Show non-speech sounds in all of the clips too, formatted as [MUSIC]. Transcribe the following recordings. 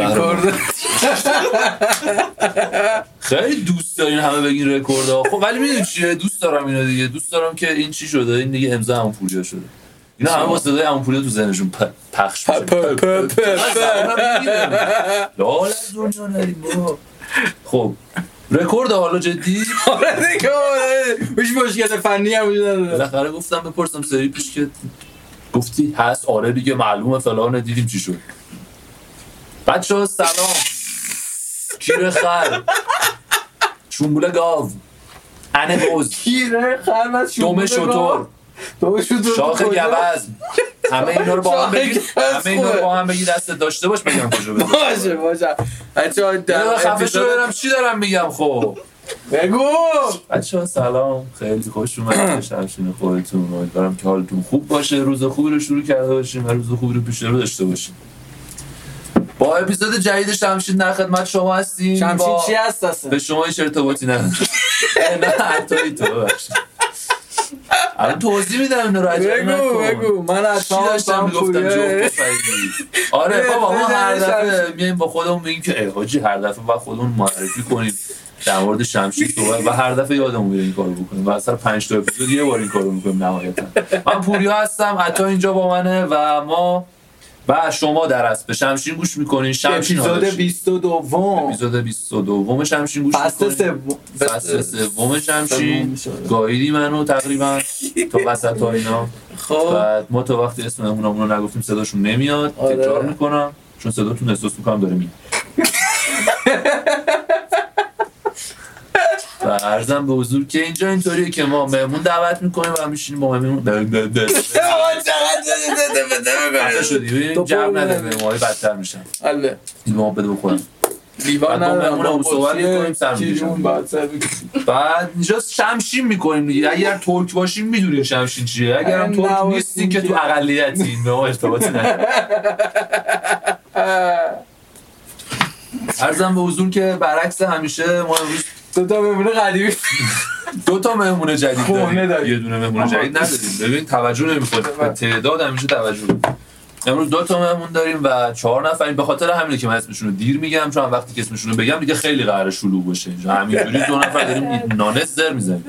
رکورد [LAUGHS] خیلی دوست دارین همه بگین رکورد ها خب ولی میدونی چیه دوست دارم اینو دیگه دوست دارم که این چی شده این دیگه امضا هم پولیا شده اینا همه با صدای هم پولیا تو ذهنشون پ- پخش میشه لال از دنیا نریم بابا. خب رکورد حالا جدی آره دیگه آره. هیچ مشکل فنی هم وجود نداره بالاخره گفتم بپرسم سری پیش که گفتی هست آره دیگه معلومه فلانه دیدیم چی شد بچه ها سلام کیر خر چونبوله گاو انه بز کیره خرمز دوم شطور دومه شطور شاخ گوز همه اینا رو با هم شاخ بگید گوز همه اینا رو خوبه. با هم بگید دست داشته باش بگم کجا بده باشه باشه بچه ها در یه خفه شو اپیزود برم چی دارم میگم خب بگو بچه ها سلام خیلی خوش [COUGHS] اومد شمشین خودتون امیدوارم که حالتون خوب باشه روز خوبی رو شروع کرده باشیم و روز خوبی رو پیش رو داشته باشیم با اپیزود جدید شمشین در خدمت شما هستیم شمشین با- چی هست اصلا به شما هیچ ارتباطی نداره [LAUGHS] نه حتی تو ببخشید الان توضیح میدم اینو رو عجب بگو نکن. بگو من چی اصلا داشتم میگفتم جفت خریدی آره نه، بابا ما نه، هر نه، دفعه شمشیر. میایم با خودمون میگیم که ای حاجی هر دفعه باید خودمون معرفی کنیم در مورد شمشیر صحبت و هر دفعه یادمون میره این کارو بکنیم و اصلا 5 تا اپیزود یه بار این کارو میکنیم نهایتا من پوریا هستم عطا اینجا با منه و ما و شما در اصل به شمشین گوش میکنین شمشین اپیزود 22 اپیزود 22 شمشین گوش فصل میکنین سوم فصل سوم سوم شمشین می‌شه. گاییدی منو تقریبا تا وسط تا اینا خب بعد ما تا وقتی اسم مهمونامون رو نگفتیم صداشون نمیاد آره. تکرار میکنم چون صداتون احساس میکنم داره میاد و عرضم به حضور که اینجا اینطوریه که ما مهمون دعوت میکنیم و میشینیم با مهمون ده- ده- ده- ده. [LAUGHS] آه، چقدر زده، زده، زده، زده. خفه شدی ببین تو جمع برو نده ببین. مهمونهای بدتر میشن حله. این ما بده بخورم لیوان بعد با ندارم. مهمون هم با صحبت بطری می‌کنیم، سر کیلون می‌کشم. باید سر بکشیم. بعد اینجا شمشین میکنیم دیگه اگر ترک باشیم میدونیم شمشین چیه اگر هم نه، ترک واسه نیستین که اینکه- تو اقلیتین به ما ارتباطی نداره عرضم به حضور که برعکس همیشه ما امروز دو تا بمونه قدیمی دو تا مهمون جدید خب، داریم نداریم. یه دونه مهمون آها. جدید نداریم ببین توجه نمی‌کنه به تعداد همیشه توجه کنیم. امروز دو تا مهمون داریم و چهار نفریم به خاطر همینه که من اسمشون رو دیر میگم چون وقتی که اسمشون رو بگم دیگه خیلی قراره شلوغ بشه اینجا همینجوری دو نفر داریم نانه زر میزنیم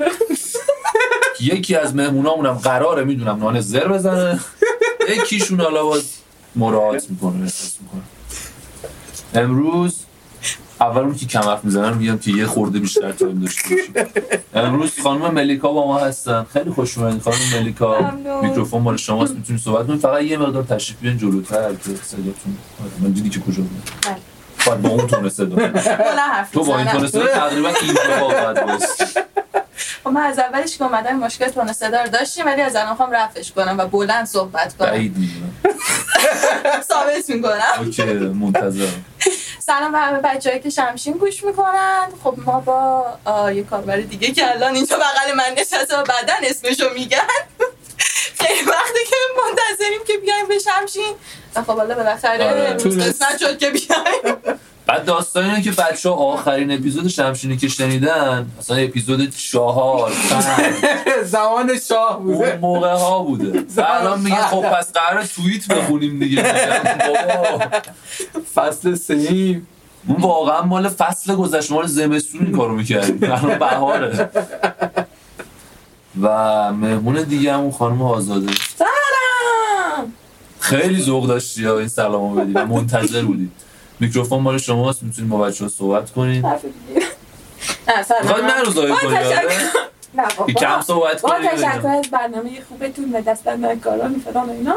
یکی از مهمونامونم قراره میدونم نانه زر بزنه یکیشون حالا باز مراعات میکنه احساس میکنه امروز اول اون که کم حرف میزنن میگم که یه خورده بیشتر تایم داشته باشیم امروز خانم ملیکا با ما هستن خیلی خوش اومدین خانم ملیکا ممنون. میکروفون مال شماست میتونید صحبت کنید فقط یه مقدار تشریف بیان جلوتر که صداتون آره، من دیدی که کجا بود بله. باید با اون تون صدا کلا حرف بله. تو با این تون صدا تقریبا اینجا باید بایستی. خب من از اولش که اومدم مشکل تون صدا رو داشتیم ولی از الان خواهم رفعش کنم و بلند صحبت کنم بعید میدونم ثابت میکنم اوکی منتظرم سلام به همه بچه‌ای که شمشین گوش میکنن خب ما با آه، یه کاربر دیگه که الان اینجا بغل من نشسته و بعدا اسمشو میگن خیلی وقتی که منتظریم که بیایم به شمشین و خب حالا آره. بالاخره امروز قسمت شد که بیایم بعد داستان اینه که بچه ها آخرین اپیزود شمشینی که شنیدن اصلا اپیزود چهار پنج زمان شاه اون بوده موقع ها بوده و الان میگه خب پس قرار توییت بخونیم دیگه بابا، فصل سیم اون واقعا مال فصل گذشته مال زمستون این کارو میکردیم الان بهاره و مهمون دیگه هم اون خانم آزاده سلام خیلی ذوق داشتی ها این سلامو بدی و منتظر بودی میکروفون مال شماست میتونید با بچه ها صحبت کنین حرف دیگه. نه میخواید سلام من رو ضایع با کنی آره؟ تشکر. نه بابا. که کم صحبت با کنی خب، تشکر از برنامه خوبتون و دست من کاران و فلان و اینا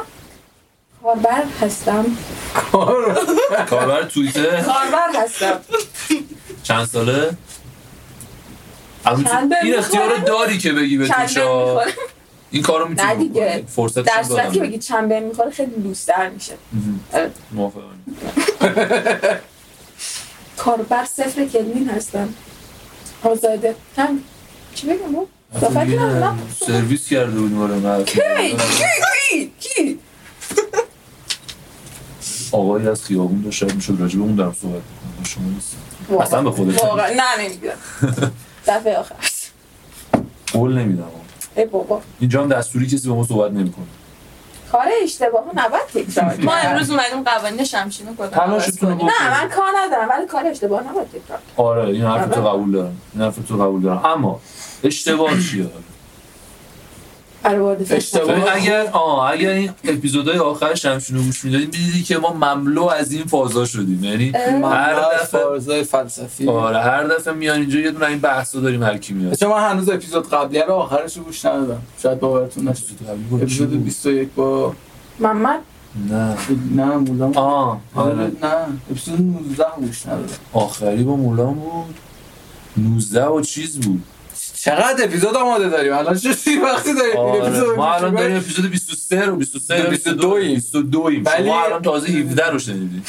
کاربر هستم کاربر توییتر کاربر [LAUGHS] هستم چند ساله الان چندم این اختیار می‌خوره؟ داری که بگی به چند توشه بهم ها میخوره این کارو نه میتونی دیگه. بکنی فرصت در صورتی که بگی چند بهم میخوره خیلی لوس‌تر میشه کاربر صفر کلمین هستم آزاده هم چی بگم او؟ صحبت کنم سرویس کرده بود ما رو من. کی آقایی از خیابون داشت شاید میشد راجع به اون دارم صحبت می‌کنم. با شما نیست اصلا به خودت واقعا نه نمیگیرم [LAUGHS] دفعه آخر قول نمیدم آقا. ای بابا اینجا هم دستوری کسی به ما صحبت نمیکنه کار اشتباه رو نباید تکرار کرد. ما امروز اومدیم قوانین شمشین رو کلا عوض تلاشتون رو کنیم. بکنید. نه من کار ندارم ولی کار اشتباه نباید تکرار کنی. آره این حرف تو آره. قبول دارم این حرف تو قبول دارم اما اشتباه چیه برای وارد فشن. خب، ببین، اگر آه اگر این اپیزودهای آخر شمشون رو گوش میدادین میدیدی که ما مملو از این فازا شدیم یعنی اه. هر ممنوع از دفعه- فارزای فلسفی آره هر دفعه میان اینجا یه دونه این بحثو داریم هر کی میاد چون من هنوز اپیزود قبلیه رو آخرش رو گوش ندادم شاید باورتون نشه اپیزود 21 با محمد نه نه مولان آه آره نه اپیزود 19 گوش ندادم آخری با مولان بود 19 و چیز بود چقدر اپیزود آماده داریم الان چه چی وقتی داریم این آره. اپیزود ما الان گوش داریم کنیم؟ اپیزود 23 رو 23 رو 22 ایم. 22 ایم ولی- شما الان تازه 17 رو شنیدی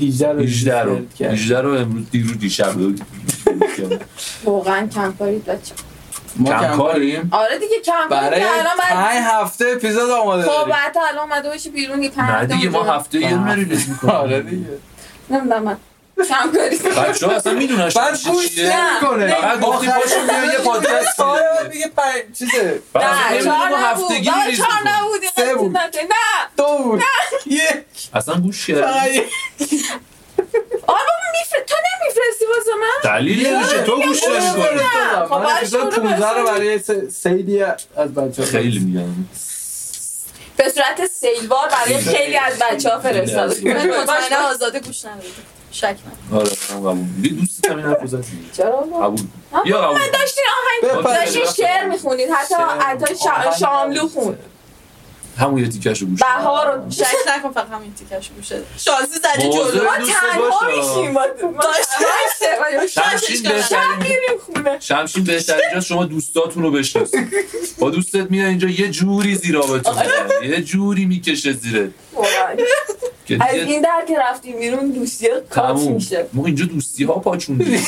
18 رو 18 رو کرد. 18 رو امروز دیروز دیشب [LAUGHS] واقعا کم کاری بچه ما کم کم کاریم. کاریم آره دیگه کم کاری برای که الان پنج بعد هفته اپیزود آماده خب داریم بعد تا الان اومده باشی بیرون یه پنج نه دیگه ما هفته یه دونه ریلیز می‌کنیم آره دیگه نمیدونم من کم کاری بچه‌ها اصلا میدونن بعد چی گوش چیه نمی‌کنه فقط گفتیم پاشو بیا یه پادکست کنیم. دیگه پنج چیزه بعد نه نمی‌دونیم چهار ما نبود هفتگی بابا، ریلیز می‌کنیم. چهار نبود یه سه قضیه بود. نکنی. نه دو بود یک اصلا گوش فقط کردی یک. آره بابا، میفر... تو نمیفرستی واسه من دلیل نمیشه تو گوش نه، نمی‌کنی نه، خب، من برای اپیزود شما رو 15 رو برسونیم. برای س- سیدی از بچه خیلی میگم به صورت سیلوار برای خیلی از بچه ها فرستاده خیلی من از- مطمئنم مطمئنه آز- آزاده گوش نداریم شک نداریم آره من قبول دیگه دوست همین حرف زد چرا بابا؟ قبول آه، یا قبول من داشتین آهنگ بپر. داشتین شعر میخونید حتی حتی شا- شاملو خون همون یه تیکش رو گوش کن. بها رو شک [LAUGHS] نکن فقط همین تیکش گوشه شانسی زدی موضوع جلو ما دوست تنها باشه. میشیم با شمشین داشتیم شب بهترین میریم خونه شمشین بهتر اینجا شما دوستاتون رو بشناسید با دوستت میاد اینجا یه جوری زیرا بهتون آره. می‌زنه. یه جوری میکشه زیره واقعا. که از دیگه این در که رفتیم بیرون دوستی کات تموم میشه ما اینجا دوستی ها [LAUGHS] پاچوندیم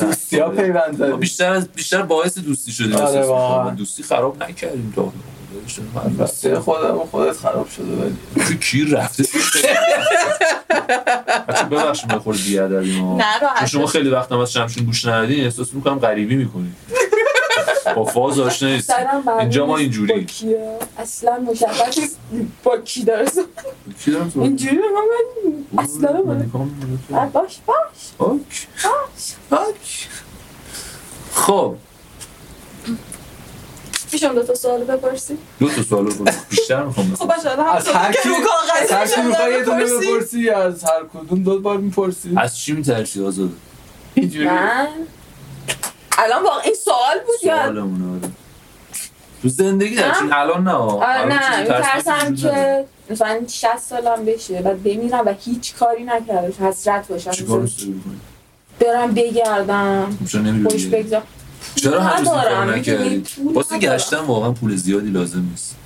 دوستی ها پیوند ما زدیم بیشتر از بیشتر باعث دوستی شدیم آره، احساس واقعا. می‌کنم. دوستی خراب نکردیم تا حالا. دوستی خودم و خودت خراب شده ولی تو کی رفته بچه ببخشید من خورد بیادبی ما نه، راحت چون شما باش. خیلی وقت هم از شمشون گوش ندادین احساس میکنم غریبی میکنید با فاز آشنا نیست سرم معلوم اینجا ما نیست با اینجوری کیه. اصلا مشخص نیست با کی داره صحبت. کی دارم تو؟ اینجوری به من من اصلا من من- نگاه می‌کنم تو. آه، باش باش آک. آک. خب میشم دوتا سوال بپرسی دو تا سوال رو بیشتر میخوام خب باشه حالا هم از هر صدا که کی رو کاغذ از هر کی می‌شه، می‌خوای یه دونه بپرسی. بپرسی از هر کدوم دو بار میپرسی از چی میترسی آزاده؟ اینجوری من الان واقعا این سوال بود یا سوالمون آره تو زندگی در چی؟ الان نه آره، آه، الان آره، نه چیزی ترسناک میترسم وجود نداره. که مثلا 60 سالم بشه بعد بمیرم و هیچ کاری نکردم حسرت چیکار باشم می‌تونی بکنی؟ برم چون بگردم خوش خب نمی‌دونی. بگذارم چرا هنوز این ندارم، کارو می‌دونی؟ نکردید پول واسه ندارم. گشتن واقعا پول زیادی لازم نیست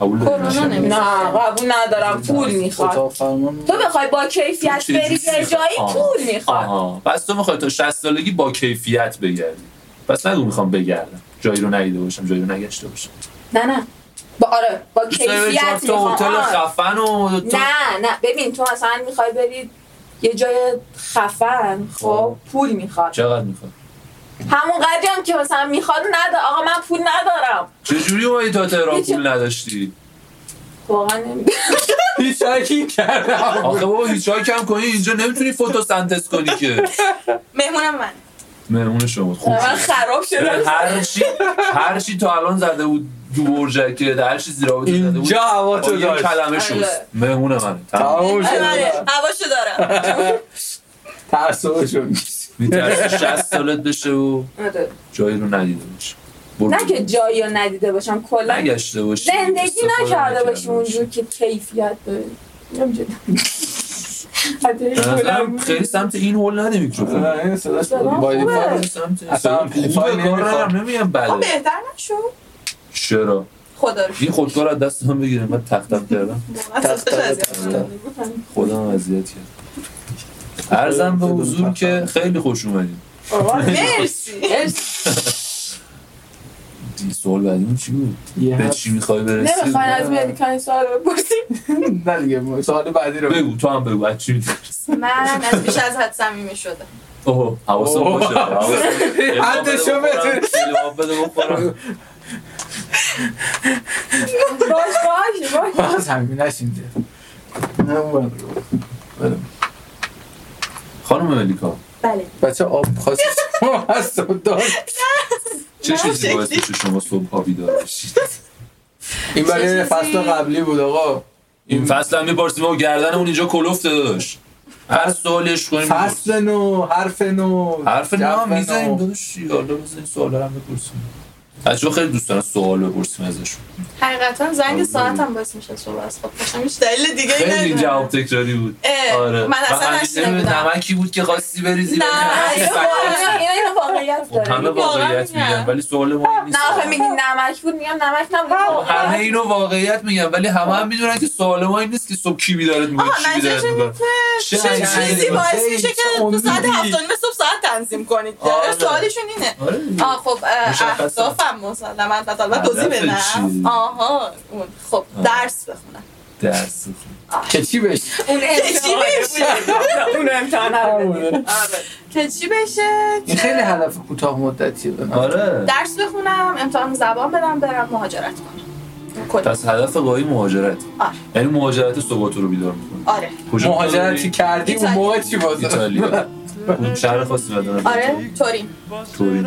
قبول داری؟ کرونا نمی‌شه. نه قبول ندارم پول میخواد اتاق فرمان تو بخوای با کیفیت چه بری جوری به جایی آه. پول میخواد آها پس تو میخوای تا 60 سالگی با کیفیت بگردی پس نگو میخوام بگردم جایی رو ندیده باشم جایی رو نگشته باشم نه نه با آره با دوست داری بری چهار کیفیت تا هتل میخواد خفن و تو نه نه ببین تو مثلا میخوای بری یه جای خفن خب خب. پول میخواد چقدر میخوام همون قدری هم که مثلا میخواد نداره آقا من پول ندارم چجوری اومدی تا تهران هیچ- پول نداشتی واقعا نمی‌دونم. هیچ هایی کردم آخه بابا هیچ کم کنی اینجا نمیتونی فتوسنتز کنی که مهمونم من مهمون شما خوب من خراب شدم هر چی هر چی تا الان زده بود دو برجکه هر چی زیرا بود زده بود اینجا هوا با تو یه داشت کلمه آره. شست مهمون منه تمام تمام آره، شد هواشو دارم [LAUGHS] تحصیلشو میترسی 60 سالت بشه و آره. جایی رو ندیده باشی برو. نه که جایی رو ندیده باشم کلا نگشته باشی زندگی استفاده نکرده باشی باشی. اونجور که کیفیت داری نمی‌دونم. حتی این به نظرم پولم- خیلی [LAUGHS] سمت این هول نده میکروفون این صداش سلام، با خوبه. ایفا خیلی سمت این. اصلا خوبه، amplify کار نمیخوام. ندارم نمیگم آه، بله بهتر نشو چرا خدا رو این خودکار از دست هم بگیرم من تختم کردم خودم اذیت کردم ارزم به حضور که خیلی خوش اومدیم آقا، مرسی مرسی. سوال بعدی چی بود به چی میخوای برسی نمیخواین از مدیکان سوال بپرسی نه دیگه سوال بعدی رو بگو تو هم بگو از چی می‌ترسی؟ من از بیش از حد صمیمی شدم اوه حواسم اوه. باشه حدشو بدونی. بده بخورم باش باش باش باز همین نشینده نه اون ور رو. بله. خانم ملیکا بله بچه آب خواست [LAUGHS] ما از تو داد چه نه، چیزی شکلی. باعث میشه شما صبح ها بیدار بشید این چه برای چیزی؟ فصل قبلی بود آقا این فصل هم میپرسیم و گردنمون اینجا کلفت داشت هر سوالش کنیم فصل نو حرف نو حرف جو نه نو. میزنیم داداش یالا بزنیم سوال هم بپرسیم بچه ها خیلی دوست دارن سوال بپرسیم ازشون حقیقتا زنگ ساعت هم باعث میشه صبح از خواب باشم هیچ دلیل دیگه ای خیلی نداره. جواب تکراری بود اه، آره من اصلا و همین نشنیده بودم. نمکی بود که خواستی بریزی نه، ولی اینو نمکی واقعا- اینا اینو واقعیت خب داره همه واقعیت واقعا میگن نه. ولی سوال مهم نیست نه آخه میگی نمک بود میگم نمک نبود خب همه واقعا. اینو واقعیت میگن ولی همه هم میدونن که سوال مهم نیست که صبح کی بیدارت میکنه آه، چی بیدارت منظورش این میکنه بود چه چیزی باعث میشه که تو ساعت هفت و نیم صبح ساعت تنظیم کنید آره. سوالشون اینه آه خب اه، مشخصه. اهدافم مسلما و طالبا توضیح هدف بدم چی؟ آها اون خب آه. درس بخونم درس که چی بشه اون که چی بشه اون امتحان رو بدیم. که چی بشه این خیلی هدف کوتاه مدتیه به نظر. آره درس بخونم امتحان زبان بدم برم مهاجرت کنم کلا. پس هدف قایی مهاجرت آره. یعنی مهاجرت صبح تو رو بیدار میکنه آره مهاجرتی کردی اون موقع چی باز ایتالیا اون شهر خاصی ندارم آره تورین تورین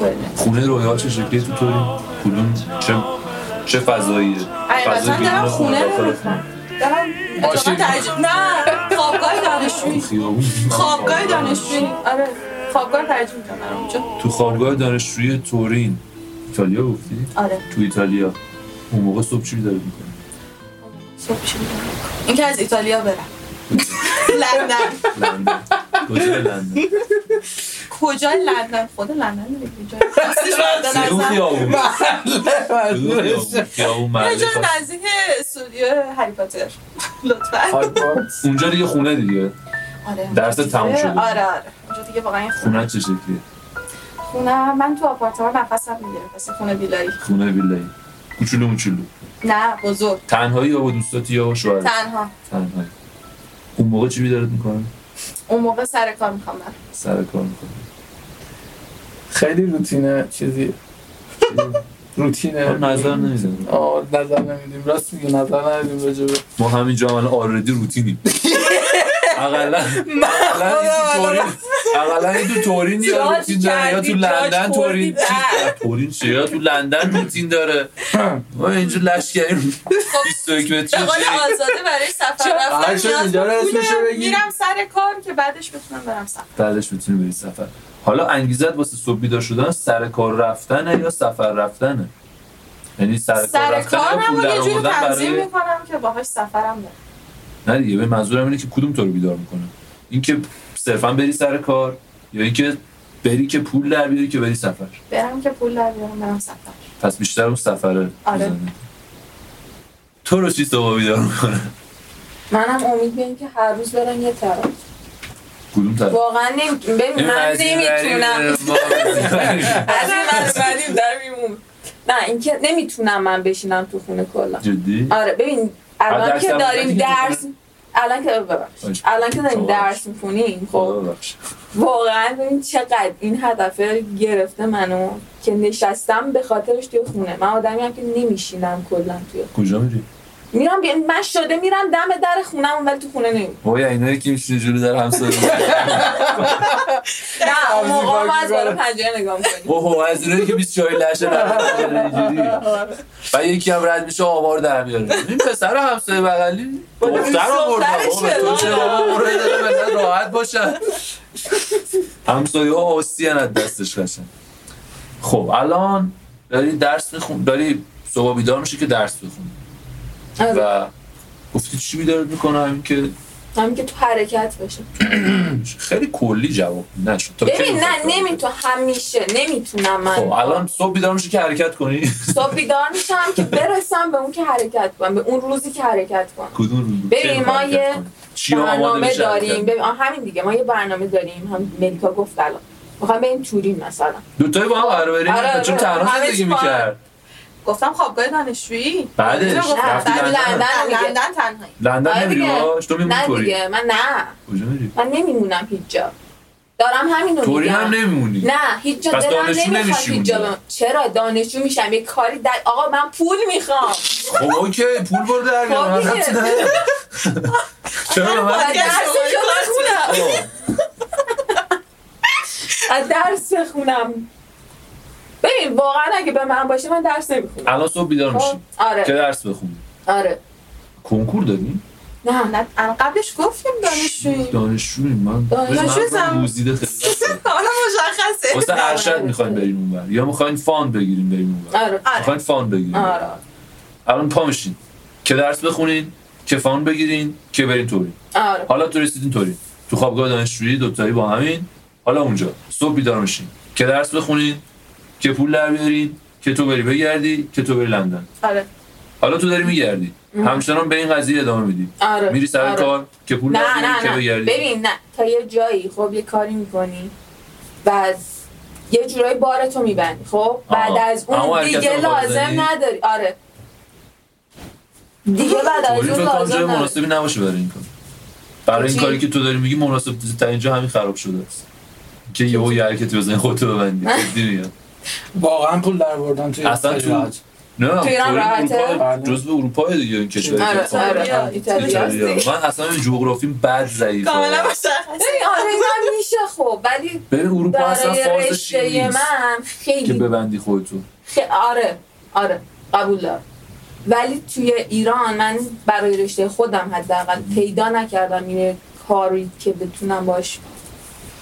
تورین خونه رویا چه شکلیه تو تورین کدوم چه چه فضاییه حقیقتا فضای دارم بیرون خونه رو داخل می‌خونم. دارم اتفاقا ماشین. ترجمه نه خوابگاه دانشجویی خیابون. خوابگاه دانشجویی آره خوابگاه ترجمه کنم اونجا تو خوابگاه دانشجوی تورین ایتالیا گفتی آره تو ایتالیا اون موقع صبح چی داره میکنه صبح شروع کنم. اینکه از ایتالیا برم [LAUGHS] لندن لندن کجا لندن کجا لندن خود لندن دیگه کجا کدوم خیابون بله، کدوم خیابون؟ خیابون یه محله جا خاص. نزدیک استودیو هری پاتر لطفا هاگوارتس. اونجا دیگه خونه دیگه آره درس تموم شده. آره آره اونجا دیگه واقعا یه خونه خونه چه شکلیه خونه من تو آپارتمان نفسم میگیره پس خونه ویلایی خونه ویلایی کوچولو موچولو نه بزرگ تنهایی یا با دوستاتی یا با شوهر تنها تنهایی اون موقع چی بیدارت میکنه اون موقع سر کار میخوام من سر کار میکنه خیلی روتینه چیزی روتینه نظر نمیزنه آه نظر نمیدیم راست میگه نظر نمیدیم راجبه ما همینجا من آردی روتینیم اقلا اقلا این تو تورین اقلا این تو تورین یا جاج روتین داره یا تو کردی، لندن جاج تورین خوردی، چی- نه، تورین چه یا تو لندن روتین داره ما اینجا لشگریم [LAUGHS] 21 متر خب، به قول آزاده برای سفر رفتن آره، چرا نیاز اینجا رو به اسمشو پولم. بگی؟ میرم سر کار که بعدش بتونم برم سفر بعدش میتونی بری سفر حالا انگیزت واسه صبح بیدار شدن سر کار رفتنه یا سفر رفتنه یعنی سر کار سر رفتن یا کارم پول رو یه جوری درآوردن تنظیم برای میکنم که باهاش سفرم برم نه دیگه به منظورم اینه که کدوم تو رو بیدار میکنه اینکه صرفا بری سر کار یا اینکه بری که پول در بیاری که بری سفر برم که پول در بیارم برم سفر پس بیشتر اون سفره آره. می‌زنه. تو رو چی صبح بیدار میکنه منم امید به اینکه هر روز برم یه طرف کدوم طرف واقعا نمیتونم ببین من از این وری نمیتونم ما از این [LAUGHS] وری. از این ور اومدیم در میمون نه اینکه نمیتونم من بشینم تو خونه کلا جدی آره ببین آه، الان درس که هم داریم بودن که درس الان که ببخشید. الان که داریم خدا ببخش. درس میخونیم خب خدا ببخش واقعا ببین چقدر این هدفه گرفته منو که نشستم به خاطرش توی خونه من آدمی هم که نمیشینم کلا توی کجا میری میرم بیا من شده میرم دم در خونم ولی تو خونه نمیرم وای اینا یکی میشینه جلو در همسایه نه اون موقع ما از بالا می‌کنه. پنجره نگاه میکنیم اوه از اینایی که 24 لشه رد می‌کنه اینجوری. و یکی هم رد میشه آوار در میاره این پسر همسایه بغلی دختر آورد خب، بله. آقا، به تو چه بابا برو یه دقیقه ملت راحت باشن همسایه ها آسی از دستش قشن خب الان داری درس میخون داری صبح بیدار میشه که درس بخونی آره. و گفتی چی بیدارت میکنه همین که همین که تو حرکت باشه خب، خیلی کلی جواب نشد تا کی ببین می‌خوای نه کار کنی؟ نمیتونم همیشه نمیتونم من خب الان صبح بیدار میشه که حرکت کنی صبح بیدار میشم که برسم به اون که حرکت کنم به اون روزی که حرکت کنم کدوم روز بود؟ ببین، چه ما حرکت یه کنی؟ چی ها آماده برنامه میشه داریم حرکت؟ ببین آه، همین دیگه ما یه برنامه داریم هم ملیکا گفت الان میخوام بریم تورین مثلا دوتایی با هم قرار بریم آره، آره، چون آره. تنها همه زندگی چی با هم. میکرد گفتم خوابگاه دانشجویی بعدش. اینو گفتم. رفتی بعد لندن. لندن نه، لندن تنهایی لندن آره نمیری دیگه. باش تو میمونی نه توری دیگه من نه کجا میری من نمیمونم هیچ جا دارم همینو طوری میگم هم نمیمونی نه هیچ جا پس دلم دانشجو نمیخواد نمیشی هیچ جا اونجا. برم. چرا دانشجو میشم یه کاری در آقا من پول میخوام خب اوکی پول برو در بیار، من خب ربطی دیگه. نداره. چرا به من از درسشو بخونم خب. [LAUGHS] از درس بخونم ببین واقعا اگه به من باشه من درس نمیخونم الان صبح بیدار میشی که آره درس بخونی آره کنکور دادیم نه نه الان قبلش گفتیم دانشجویی دانشجویی من دانشجو من- من زم- روزیده خیلی بسه. حالا مشخصه واسه [LAUGHS] ارشد میخوایم بریم اونور یا میخواین فان بگیریم بریم اونور آره آره میخواین فان بگیریم آره الان پا میشین که درس بخونین که فان بگیرین که برین توری آره حالا تو رسیدین توری تو خوابگاه دانشجویی دوتایی با همین حالا اونجا صبح بیدار میشین که درس بخونین که پول در بیارین که تو بری بگردی که تو بری لندن آره حالا تو داری میگردی همچنان به این قضیه ادامه میدی آره میری سر آره. کار که پول در نه بیاری، نه که نه بگردی ببین نه تا یه جایی خب یه کاری میکنی و از یه جورایی بارتو میبندی خب بعد آها. از اما اون حرکت دیگه رو خود لازم بزنی؟ نداری آره دیگه بعد از توری اون خب، فکر کنم جای لازم نداری مناسبی نباشه برای این کار برای این چی؟ کاری که تو داری میگی مناسب تا اینجا همین خراب شده است که یهو یه حرکتی بزنی خودتو [LAUGHS] ببندی جدی میگم واقعا پول در بردن توی اصلا خیلی تو- راحت. نه تو ایران کره راحته؟ اروپا جزء اروپا دیگه این کشوری که آره خواهد. آره ایتالیا. آره. ایتالیا ایتالیا. من اصلا این جغرافیم بد ضعیفه کاملا مشخصه ببین آره من میشه خب ولی ببین اروپا اصلا برای فازش این رشته نیست من که خیلی ببندی خودتو خ- آره آره قبول دارم ولی توی ایران من برای رشته خودم حداقل پیدا نکردم یه کاری که بتونم باش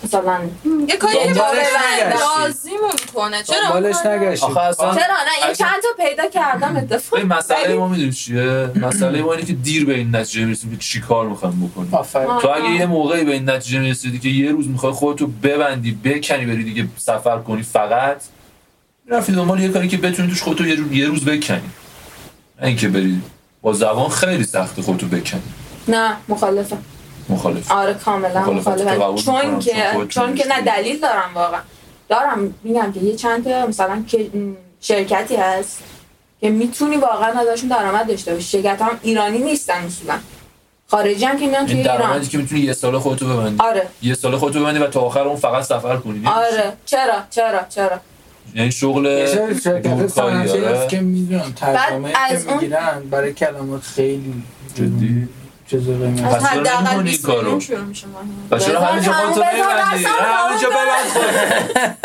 مثلا یه کاری که دنبالش واقعاً نگشتی. راضیمون کنه چرا دنبالش آخه؟ نگشتی آخه اصلا- چرا نه یه اگه- چند تا پیدا کردم اتفاق این مسئله ما میدونی چیه مسئله ما اینه که دیر به این نتیجه میرسیم که چی کار میخوام بکنیم آفرین آه. تو اگه یه موقعی به این نتیجه میرسیدی که یه روز میخوای خودتو ببندی بکنی بری دیگه سفر کنی فقط رفتی دنبال یه کاری که بتونی توش خودتو یه, رو- یه روز بکنی نه اینکه بری با زبان خیلی سخت خودتو بکنی نه مخالفم مخالف آره کاملا مخالفت قبول مخالفم می‌کنم، چون چون که خودتون چون که نه نیستی. دلیل دارم واقعا دارم میگم که یه چند تا مثلا که- م، شرکتی هست که میتونی واقعا ازشون درآمد داشته باشی شرکت هم ایرانی نیستن اصولا خارجی هم که میان توی این ایران درآمدی که میتونی یه سال خودتو ببندی آره یه سال خودتو ببندی و تا آخر اون فقط سفر کنی یعنی آره چرا چرا چرا یعنی شغل یه سری شرکت دورکاری صنعتی هست آره که میدونم ترجمه بعد از که اون- میگیرن برای کلمات خیلی جدی چیز قیمت پس از چرا حداقل نمی‌کنی 20 این کارو؟ میلیون شروع میشه ماهی. و چرا بذار همینجا همون خودتو بذار ببندی درسمو تمام همینجا ببند خودتو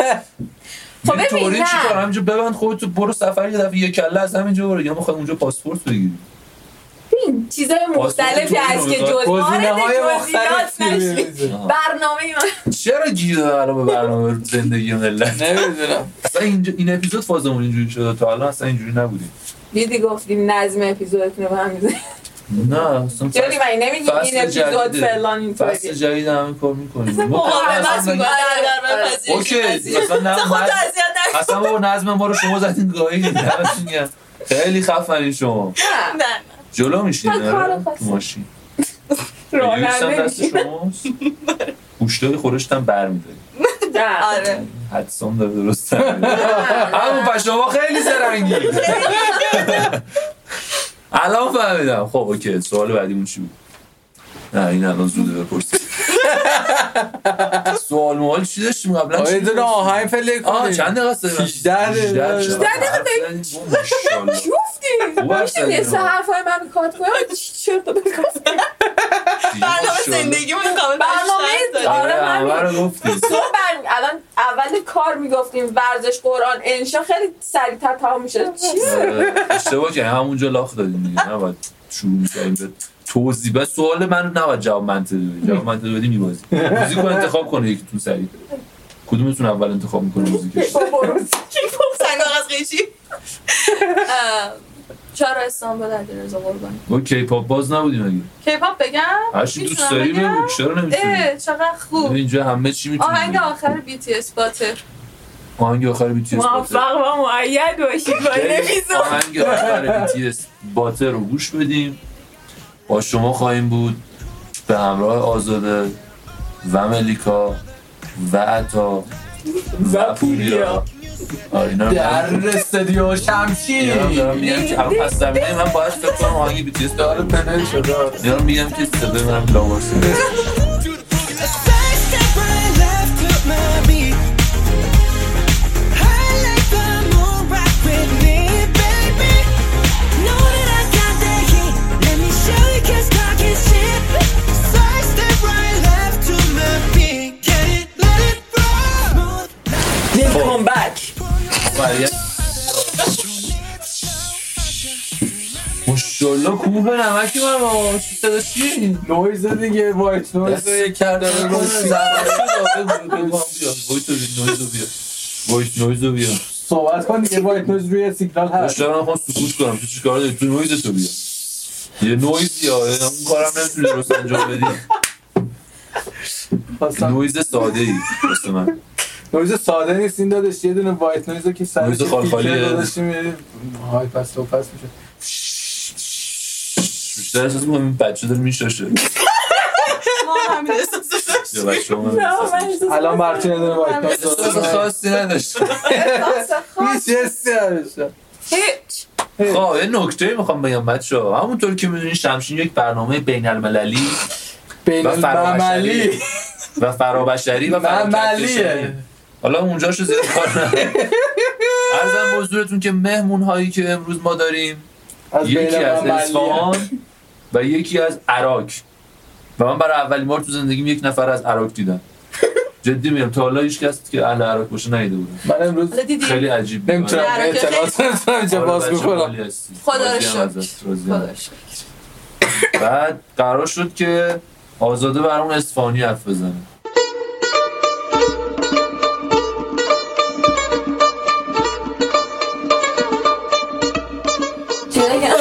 خب یعنی ببین، طوری نه. چی کار همینجا ببند خودتو برو سفر یه دفعه یه کله از همینجا برو یا میخوای اونجا پاسپورت بگیری این چیزای مختلفی جدی هست که رو جز وارد گزینه های جزئیات مختلف نشی نمی‌ریزه. آها. برنامه من چرا گیر الان به برنامه زندگی ملت نمیدونم اصلا اینجا این اپیزود فازمون اینجوری شده تا الان اصلا اینجوری نبودیم دیدی گفتیم نظم اپیزودتون رو به هم می‌زنی. نه اصلا چرا من نمیگی فصل این اپیزود جدیده. فلان فصل اینطوری جدید همین کار میکنیم مقاومت اصلا- می‌کنه در آره. برپذیرش اوکی خب، قضیه. مثلا اصلا نه خودتو من- اذیت نکن. اصلا بابا نظم ما رو شما زدین [LAUGHS] گاهی دمتون گرم. خیلی خفنین شما نه. نه، نه. جلو میشین من کارو آره تو خواستم. ماشین راننده یوکسم دست می‌شی. شماست گوشتای خورشتم برمیداری نه. آره حدسام داره درست [LAUGHS] همون پس شما خیلی زرنگی [LAUGHS] الان فهمیدم خب اوکی سوال بعدیمون چی بود نه این الان زوده [LAUGHS] بپرسید سوال موال چی داشتیم قبلا چی آیه دونه آهنگ پلی آه کنی چند دقیقه است 18 دقیقه. 18 دقیقه [LAUGHS] خوب گفتیم حرف میشه خب، یه زدی سه ما. حرفای من کات کنم چرت و پرت گفتم. برنامه زندگیمون کاملا برنامه شرط بله، داره. آره، آره من- همه رو گفتیم [LAUGHS] صبح بر- خب، الان اول کار میگفتیم ورزش قرآن انشا خیلی سریعتر تمام میشه چی آره، اشتباه که همونجا لاخ دادیم دیگه نباید شروع می‌کردیم به توضیح به سوال من نباید جواب منطقی بدی جواب منطقی بدی میبازی موزیک رو انتخاب کنه یکیتون سریع کدومتون اول انتخاب میکنه موزیکش سنگ آغاز قیچی چرا استانبول علیرضا قربانی ما کیپاپ باز نبودیم اگه کیپاپ بگم هر چی دوست می‌تونم داری بگم؟ بگو چرا نمیتونی اه چقدر خوب اینجا همه چی میتونی آهنگ آخر بی تی اس باتر آهنگ آخر بی تی اس باتر موفق و معید باشید با این اپیزود آهنگ آخر بی تی اس باتر رو گوش بدیم با شما خواهیم بود به همراه آزاده و ملیکا و عطا و پوریا آره اینا رو دارم- در استدیو شمشیر اینا رو دارم یعنی میگم که الان پس زمینه یعنی من باید فکر کنم آهنگ بی تی اس داره دارم پلی شده اینا رو میگم که صدای منم لاغر شده. First step right, left click. به نمکی من با چی صدا چی؟ نویز دیگه وایت نویز یک کرده رو وایس نویز رو بیا وایس نویز رو بیا صحبت کن دیگه وایت نویز روی سیگنال هست مشتر من خواهم سکوت کنم تو چیکار داری تو نویز تو بیا یه نویزی ها یعنی اون کارم نمیتونی درست انجام بدی خواستم نویز ساده ای درست من نویز ساده نیست این دادش یه دونه وایت نویز رو که سر نویز خالخالیه. داداشیم های پس تو پس میشه بیشتر احساس میکنم این بچه داره میشاشه ما همین احساس رو یا داشتیم. بچه هم نه، من احساس احساس الان برچه یه دونه وایت من نویز احساس خاصی نداشت احساس خاص. میشستی همشه هیچ. خب یه نکته میخوام بگم بچه ها همونطور که میدونین شمشین یک برنامه بین المللی بین و المعملی فرابشری و فرابشری و فرابشری معملیه حالا اونجاشو زیاد کار ندارم. عرضم به حضورتون که مهمون هایی که امروز ما داریم از بین یکی از المعملی اصفهان و یکی از عراق و من برای اولین بار تو زندگیم یک نفر از عراق دیدم جدی میگم تا حالا هیچ کس که اهل عراق باشه ندیده بودم من امروز حالا دیدی؟ خیلی عجیب بود. نمیتونم عراقی اطلاعات نمیتونم اینجا آره، باز بچه بکنم عالی هستی. خدا رو راضیم شکر. ازت، راضیم. خدا رو شکر. بعد قرار شد که آزاده برامون اسفانی حرف بزنه چی بگم؟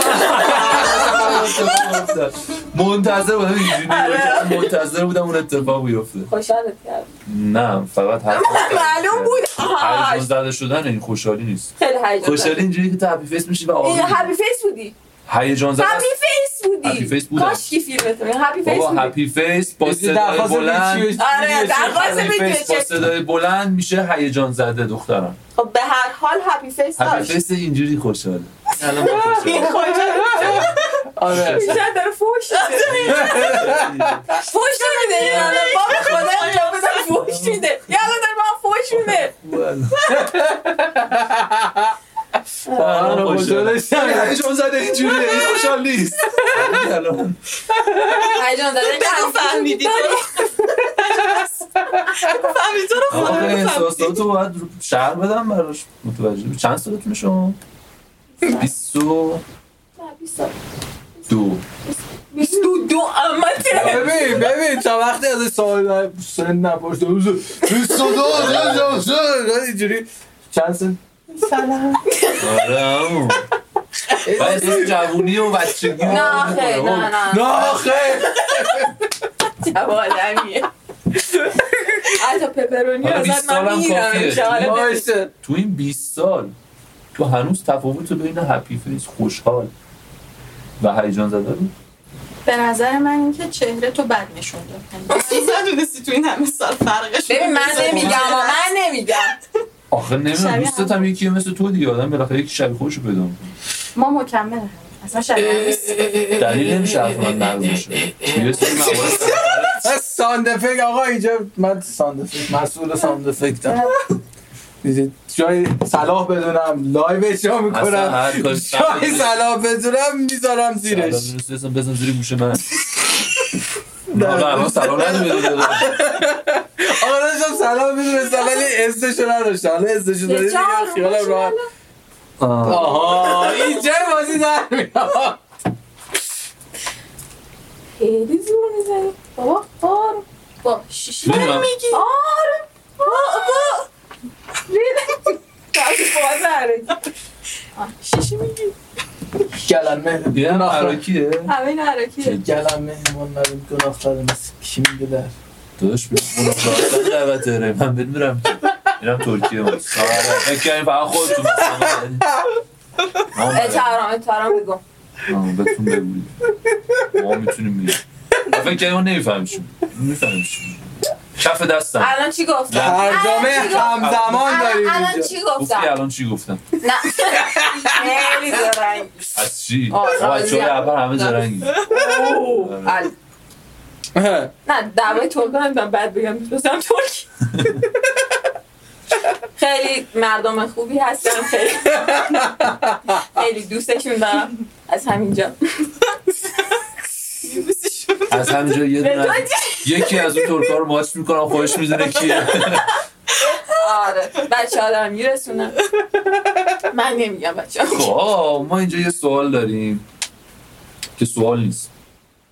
منتظر بودم اینجوری نگاه کردم. آره. منتظر بودم اون اتفاق بیفته خوشحالت کردم نه فقط حرف معلوم بود آهاش. هیجان زده شدن این خوشحالی نیست خیلی هیجان خوشحالی خوشحالی اینجوری که تو هپی فیس میشی و آروم هپی فیس بودی هیجان زده هپی است. فیس بودی هپی فیس بودم. کاش کی فیلمت بود. هپی فیس بابا بودی هپی فیس با یه صدای درخواست بلند ویدیویی چی- آره، ویدیویی چی- درخواست- هپی فیس با صدای بلند میشه هیجان زده دخترم خب به هر حال هپی فیس هپی داشت فیس اینجوری خوشحاله الان من خوشحالم. [LAUGHS] آره بیشتر داره فوش میده فوش میده این آدم. بابا خدا اینجا بزن فوش میده یه الان داره به من فوش میده الان آره خوشحالم. خوشحالشم هیجان زده اینجوریه این خوشحال نیست الان هیجان داره بگو فهمیدی تو رو. بگو فهمیدی تو رو خدا آقا رو فهمیدی. احساساتو باید رو- شرح بدم براش متوجه بشه. چند سالتون شما؟ 22 بیست و دو امته ببین ببین تا وقتی از سال سن نپرسه بیست و دو اینجوری چند سن سلام آره همون. و احساس جوونی و بچگی و نه خیلی نه نه نه خیر جوالمیه حتی پپرونی حالا 20 ازت من سالم میرم کافیه. انشاءالله باشه تو این 20 سال تو هنوز تفاوت بین هپی فیس خوشحال و هیجان زده بود به نظر من اینکه چهره تو بد نشون [LAUGHS] داد ندونستی تو این همه سال فرقش ببین من نمیگم آقا، من نمیگم آخه نمیدونم شبیه دوستت هم یکی مثل تو دیگه آدم بالاخره یک شبیه خودش رو پیدا می‌کنه. ما مکمل هم اصلا شبیه نیست دلیل نمیشه حرف من نقض بشه یه [LAUGHS] سری موارد من ساند افکت آقا اینجا من ساند افکت مسئول ساند افکتم دیدید؟ جای صلاح بدونم لایو اجرا اصلا میکنم هر کاری جای صلاح بدونم میذارم زیرش سلام درست اسم بزن زیر گوش [LAUGHS] من نه آقا الان سلام نداره آقا داشتم سلام میدونستم ولی اسمشو نداشتم حالا اسمشو داری دیگه خیالم راحت آها اینجا بازی در میاد خیلی زور میزنی بابا بار بابا شیش نمی‌دونم. آره بابا ریدم دست باز نره. شیشه میگی گلم مهر یه هم عراکیه همه این حرکیه گلم مهمان نرم کن آخر مثل کی میگه در داداش بیرون [LAUGHS] منافقت دعوت داره من بد میرم میرم ترکیه ما آره فکر کردیم فقط [LAUGHS] خودتون آره. اه، تهران اه، تهران بگو ما بهتون بگوییم ما میتونیم میریم فکر کردیم ما نمیفهمیم چی میفهمیم چی کف دستم الان چی گفتم ترجمه الان چی گفت؟ همزمان الان داریم الان اینجا چی گفتی گفتم الان چی گفتم نه خیلی زرنگ از چی؟ آه، آه بچه های اول همه [LAUGHS] آره. زرنگی ال- نه دعوای ترک هم بعد بگم دوستم ترک خیلی مردم خوبی هستم خیلی خیلی دوستشون دارم از همینجا از همینجا یه دونه از- یکی از اون ترکا رو ماچ میکنم خودش میدونه [LAUGHS] کیه آره بچه ها دارم میرسونم من نمیگم بچه ها خب آه، ما اینجا یه سوال داریم که سوال نیست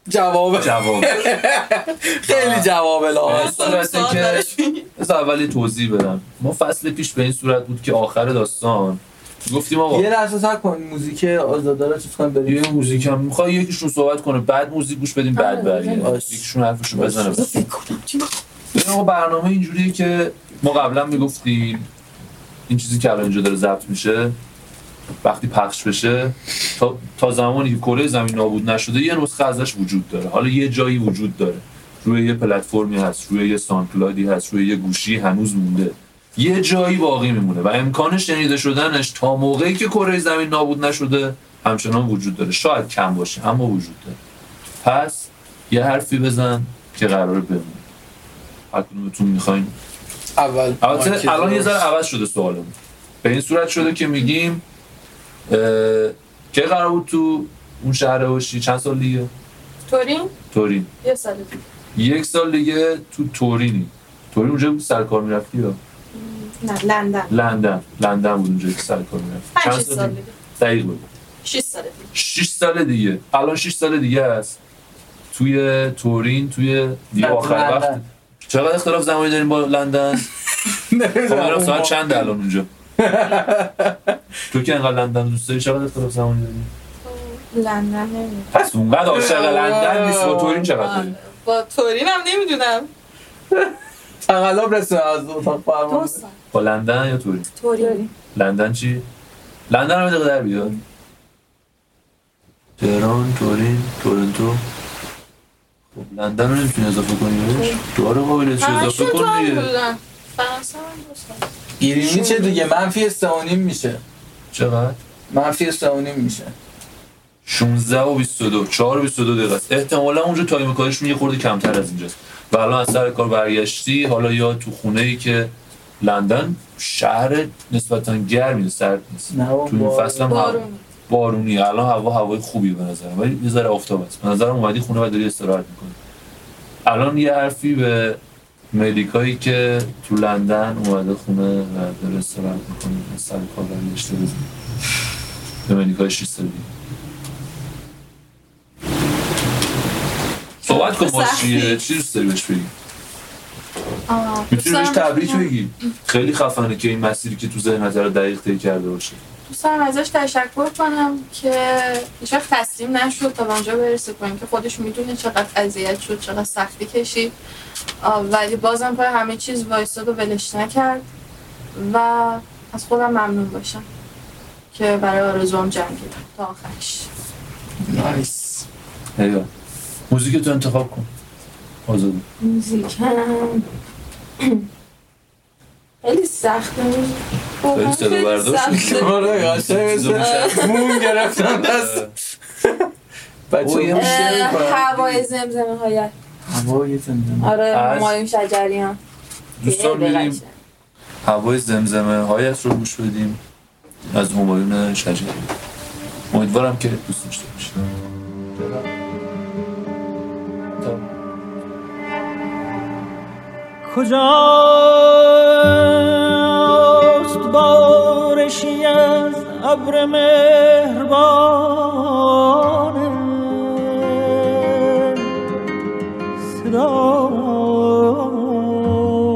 جواب جواب خیلی جواب لاحاظ داستان اصلا سوال که- دارش میگی. بذار اول یه توضیح بدم ما فصل پیش به این صورت بود که آخر داستان گفتیم آقا یه لحظه سر کن موزیک آزادانه چیز کنیم بریم یه موزیک هم میخوای یکیشون صحبت کنه بعد موزیک گوش بدیم بعد آره، برگردیم آره. یکیشون حرفشو بزنه بذار فکر کنم چی گفت. ببین آقا برنامه اینجوریه که ما قبلا میگفتیم این چیزی که الان اینجا داره ضبط میشه وقتی پخش بشه تا, تا زمانی که کره زمین نابود نشده یه نسخه ازش وجود داره حالا یه جایی وجود داره روی یه پلتفرمی هست روی یه سانکلادی هست روی یه گوشی هنوز مونده یه جایی باقی میمونه و امکان شنیده شدنش تا موقعی که کره زمین نابود نشده همچنان وجود داره شاید کم باشه اما وجود داره پس یه حرفی بزن که قراره بمونه هر کدومتون میخواین اول البته الان یه ذره عوض شده سوالمون به این صورت شده که میگیم اه، که قرار بود تو اون شهر باشی چند سال دیگه تورین تورین یه سال دیگه یک سال دیگه تو تورینی تورین اونجا بود سرکار میرفتی یا نه لندن لندن لندن بود اونجا که سرکار میرفتی پنج شیش سال دیگه دقیق بود شیش سال دیگه 6 سال دیگه الان 6 سال دیگه است توی تورین توی دیگه نه، آخر لندن. وقت چقدر اختلاف زمانی داریم با لندن خب الان ساعت چند الان اونجا [LAUGHS] تو که انقدر لندن دوست داری چقدر اختلاف زمانی داری لندن نمیدونم پس اونقدر عاشق لندن نیست با تورین چقدر داری با تورین هم نمیدونم تقلب رسه از اتاق دو فرمان سال با لندن یا تورین تورین لندن چی لندن رو دقیقه در بیار تهران تورین تورنتو خب لندن رو نمیتونی اضافه کنی بهش آره دوباره قابل چی اضافه همشون تو کن هم دیگه بودن فرانسه هم دو سال یعنی گیرینی چه دیگه منفی استعانیم میشه چقدر منفی استعانیم میشه 16 و 22 4 و 22 دقیقه است احتمالا اونجا تایم کارشون یه خورده کمتر از اینجاست و الان از سر کار برگشتی حالا یا تو خونه ای که لندن شهر نسبتا گرمی سرد نیست نه تو این فصل هم هوا بارون بارونی الان هوا هوای خوبی به نظر ولی یه ذره آفتاب است به نظرم اومدی خونه و داری استراحت میکنی الان یه حرفی به ملیکایی که تو لندن اومده خونه و داره استراحت میکنه سر کار برگشته بزن به ملیکای 6 سالگی صحبت کن با چیه چی دوست داری بهش بگی آه، میتونی بهش دوست دارم- تبریک بگی خیلی خفنه که این مسیری که تو ذهنت رو دقیق طی کرده باشه دوست دارم ازش تشکر کنم که هیچ وقت تسلیم نشد تا به آنجا برسه با اینکه خودش میدونه چقدر اذیت شد چقدر سختی کشید آه، ولی بازم پای همه چیز وایستاد و ولش نکرد و از خودم ممنون باشم که برای آرزوام جنگیدم تا آخرش نایس ایوه. موزیک تو انتخاب کن آزاد موزیکم خیلی سخته خیلی صدا برداشت می‌کنی. [LAUGHS] آره قشنگ چیزا میشه. مثل مون گرفتم دست اوه، یه بچه مشکل آره. میشه هوای زمزمه های هوای زندگی آره از- همایون شجریان دوستان خیلی میریم قشنگ. هوای زمزمه هایت رو گوش بدیم از همایون شجری امیدوارم که دوست داشته باشید کجاست بارشی از ابر مهربان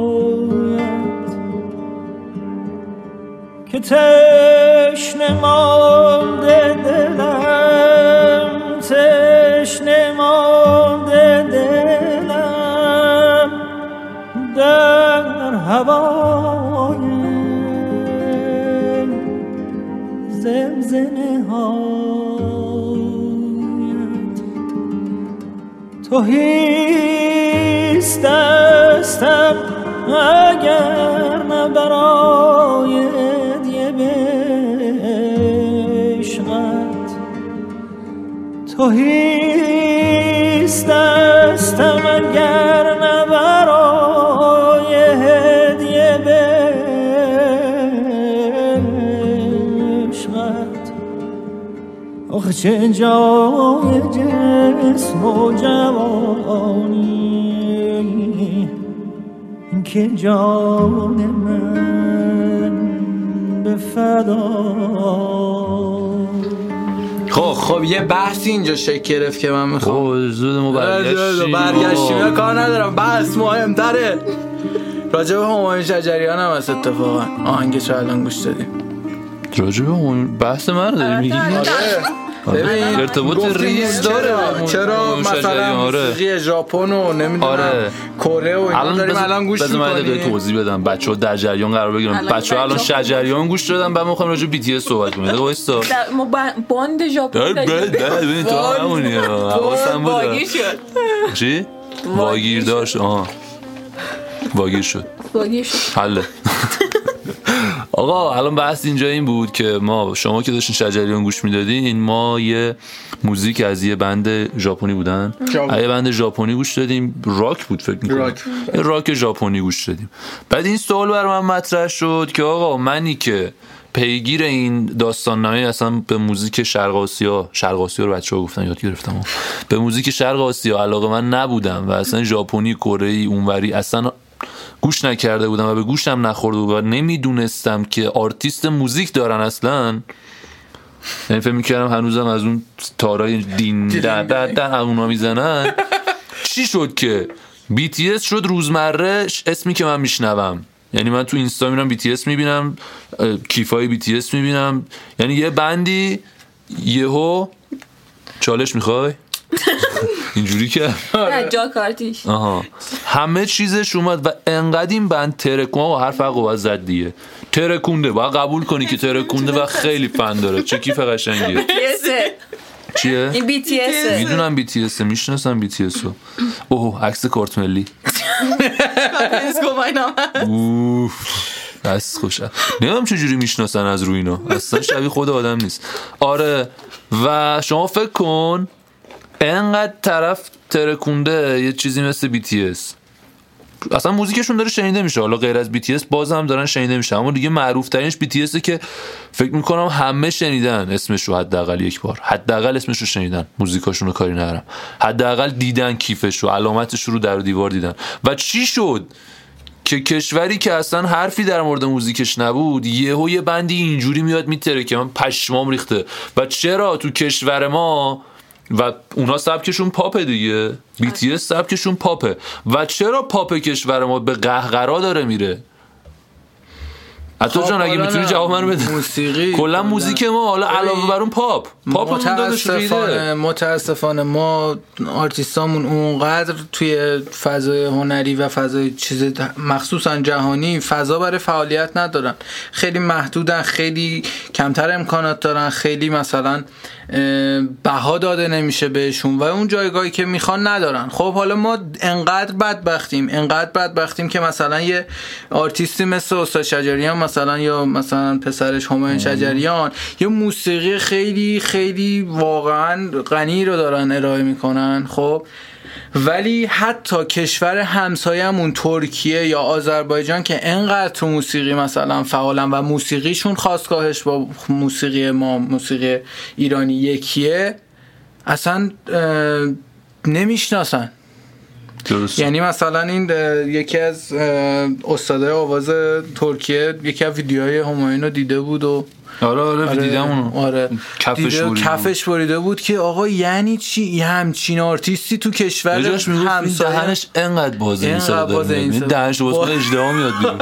صدایت که تشنه مانده دلم تشنه مانده دلم در هوای زمزمه هایت تو هیست دستم اگر نه برای هدیه به عشقت تو هیست دستم اگر نه برای هدیه به عشقت آخه چه جای جسم و جوانی که جان من به فدا خب خب یه بحثی اینجا شکل گرفت که من میخوام خب زود ما برگشتیم برگشتیم اینا کار ندارم بحث مهمتره راجع به همایون شجریان هم هست اتفاقا آهنگ چه الان گوش دادیم راجب اون بحث من رو داری آره، میگی ببین ارتباط گفتیم خب، ریز چرا- داره با اون- چرا اون شجریان، مثلا آره موسیقی ژاپن و نمیدونم آره. کره و اینا داریم بذار- الان گوش بذار من یه دقیقه میکنیم توضیح بدم بچه ها در جریان قرار بگیرم الان بچه ها الان بچه‌ها- شجریان گوش دادن بعد میخوام راجع بی تی اس صحبت کنیم دقیقه وایسا در- ما با- باند ژاپن دار بد داریم. بد ببین تو وای، همونی ها. حواسم باگی بود شد چی واگیر داشت آها واگیر شد باگی شد حله [LAUGHS] آقا الان بحث اینجا این بود که ما شما که داشتین شجریان گوش میدادین این ما یه موزیک از یه بند ژاپنی بودن ژاپن. از یه بند ژاپنی گوش دادیم راک بود فکر میکنم راک. یه راک ژاپنی گوش دادیم بعد این سوال بر من مطرح شد که آقا منی که پیگیر این داستان نامه اصلا به موزیک شرق آسیا شرق آسیا رو بچه‌ها گفتن یاد گرفتم به موزیک شرق آسیا علاقه من نبودم و اصلا ژاپنی کره ای اونوری اصلا گوش نکرده بودم و به گوشم نخورده بود و نمیدونستم که آرتیست موزیک دارن اصلا یعنی فکر میکردم هنوزم از اون تارای دین ده ده ده اونا میزنن چی شد که BTS شد روزمره ش- اسمی که من میشنوم یعنی من تو اینستا میرم BTS میبینم اه، کیفای BTS میبینم یعنی یه بندی یهو چالش [LAUGHS] میخوای اینجوری که نه جا [LAUGHS] کارتیش آها همه چیزش اومد و انقدر این بند ترکون و حرف حق و زد دیگه ترکونده باید قبول کنی که ترکونده و خیلی فن داره چه کیف [LAUGHS] قشنگیه BTS چیه [LAUGHS] این [LAUGHS] BTS میدونم بی تی اس میشناسم بی تی اس رو اوه عکس کارت ملی اوف دست خوشم نمیدونم چجوری میشناسن از روی اینا اصلا شبیه خود آدم نیست آره و شما فکر کن انقدر طرف ترکونده یه چیزی مثل بی تی اس اصلا موزیکشون داره شنیده میشه حالا غیر از بی تی اس باز هم دارن شنیده میشه اما دیگه معروف ترینش بی تی که فکر میکنم همه شنیدن اسمش رو حداقل یک بار حداقل اسمش رو شنیدن موزیکاشون رو کاری ندارم حداقل دیدن کیفش رو علامتش رو در و دیوار دیدن و چی شد که کشوری که اصلا حرفی در مورد موزیکش نبود یهو یه بندی اینجوری میاد میتره که من پشمام ریخته و چرا تو کشور ما و اونا سبکشون پاپه دیگه بی سبکشون پاپه و چرا پاپ کشور ما به قهقرا داره میره حتی جان اگه میتونی جواب منو بده خب، موسیقی کلا موزیک ما حالا ببین، علاوه بر اون پاپ پاپمون دادش ریده متاسفانه متاسفانه ما آرتیستامون اونقدر توی فضای هنری و فضای چیز د- مخصوصا جهانی فضا برای فعالیت ندارن خیلی محدودن خیلی کمتر امکانات دارن خیلی مثلا اه، بها داده نمیشه بهشون و اون جایگاهی که میخوان ندارن خب حالا ما انقدر بدبختیم انقدر بدبختیم که مثلا یه آرتیستی مثل استاد شجریان مثلا یا مثلا پسرش همایون شجریان یه موسیقی خیلی خیلی واقعا غنی رو دارن ارائه میکنن خب ولی حتی کشور همسایمون ترکیه یا آذربایجان که انقدر تو موسیقی مثلا فعالن و موسیقیشون خواستگاهش با موسیقی ما موسیقی ایرانی یکیه اصلا اه، نمیشناسن درست یعنی مثلا این اه، یکی از اه، استادای آواز ترکیه یکی از ویدیوهای همایون رو دیده بود و آره آره دیدم اونو آره کفش دیده بریده و بود. کفش بریده بود که آقا یعنی چی یه همچین آرتیستی تو کشور به جاش میگفت این بله، همسایه- دهنش انقدر بازه این اینقدر صدا باز داره این میاد. این صدا. دهنش رو باز کنه اجدها میاد [LAUGHS] بیرون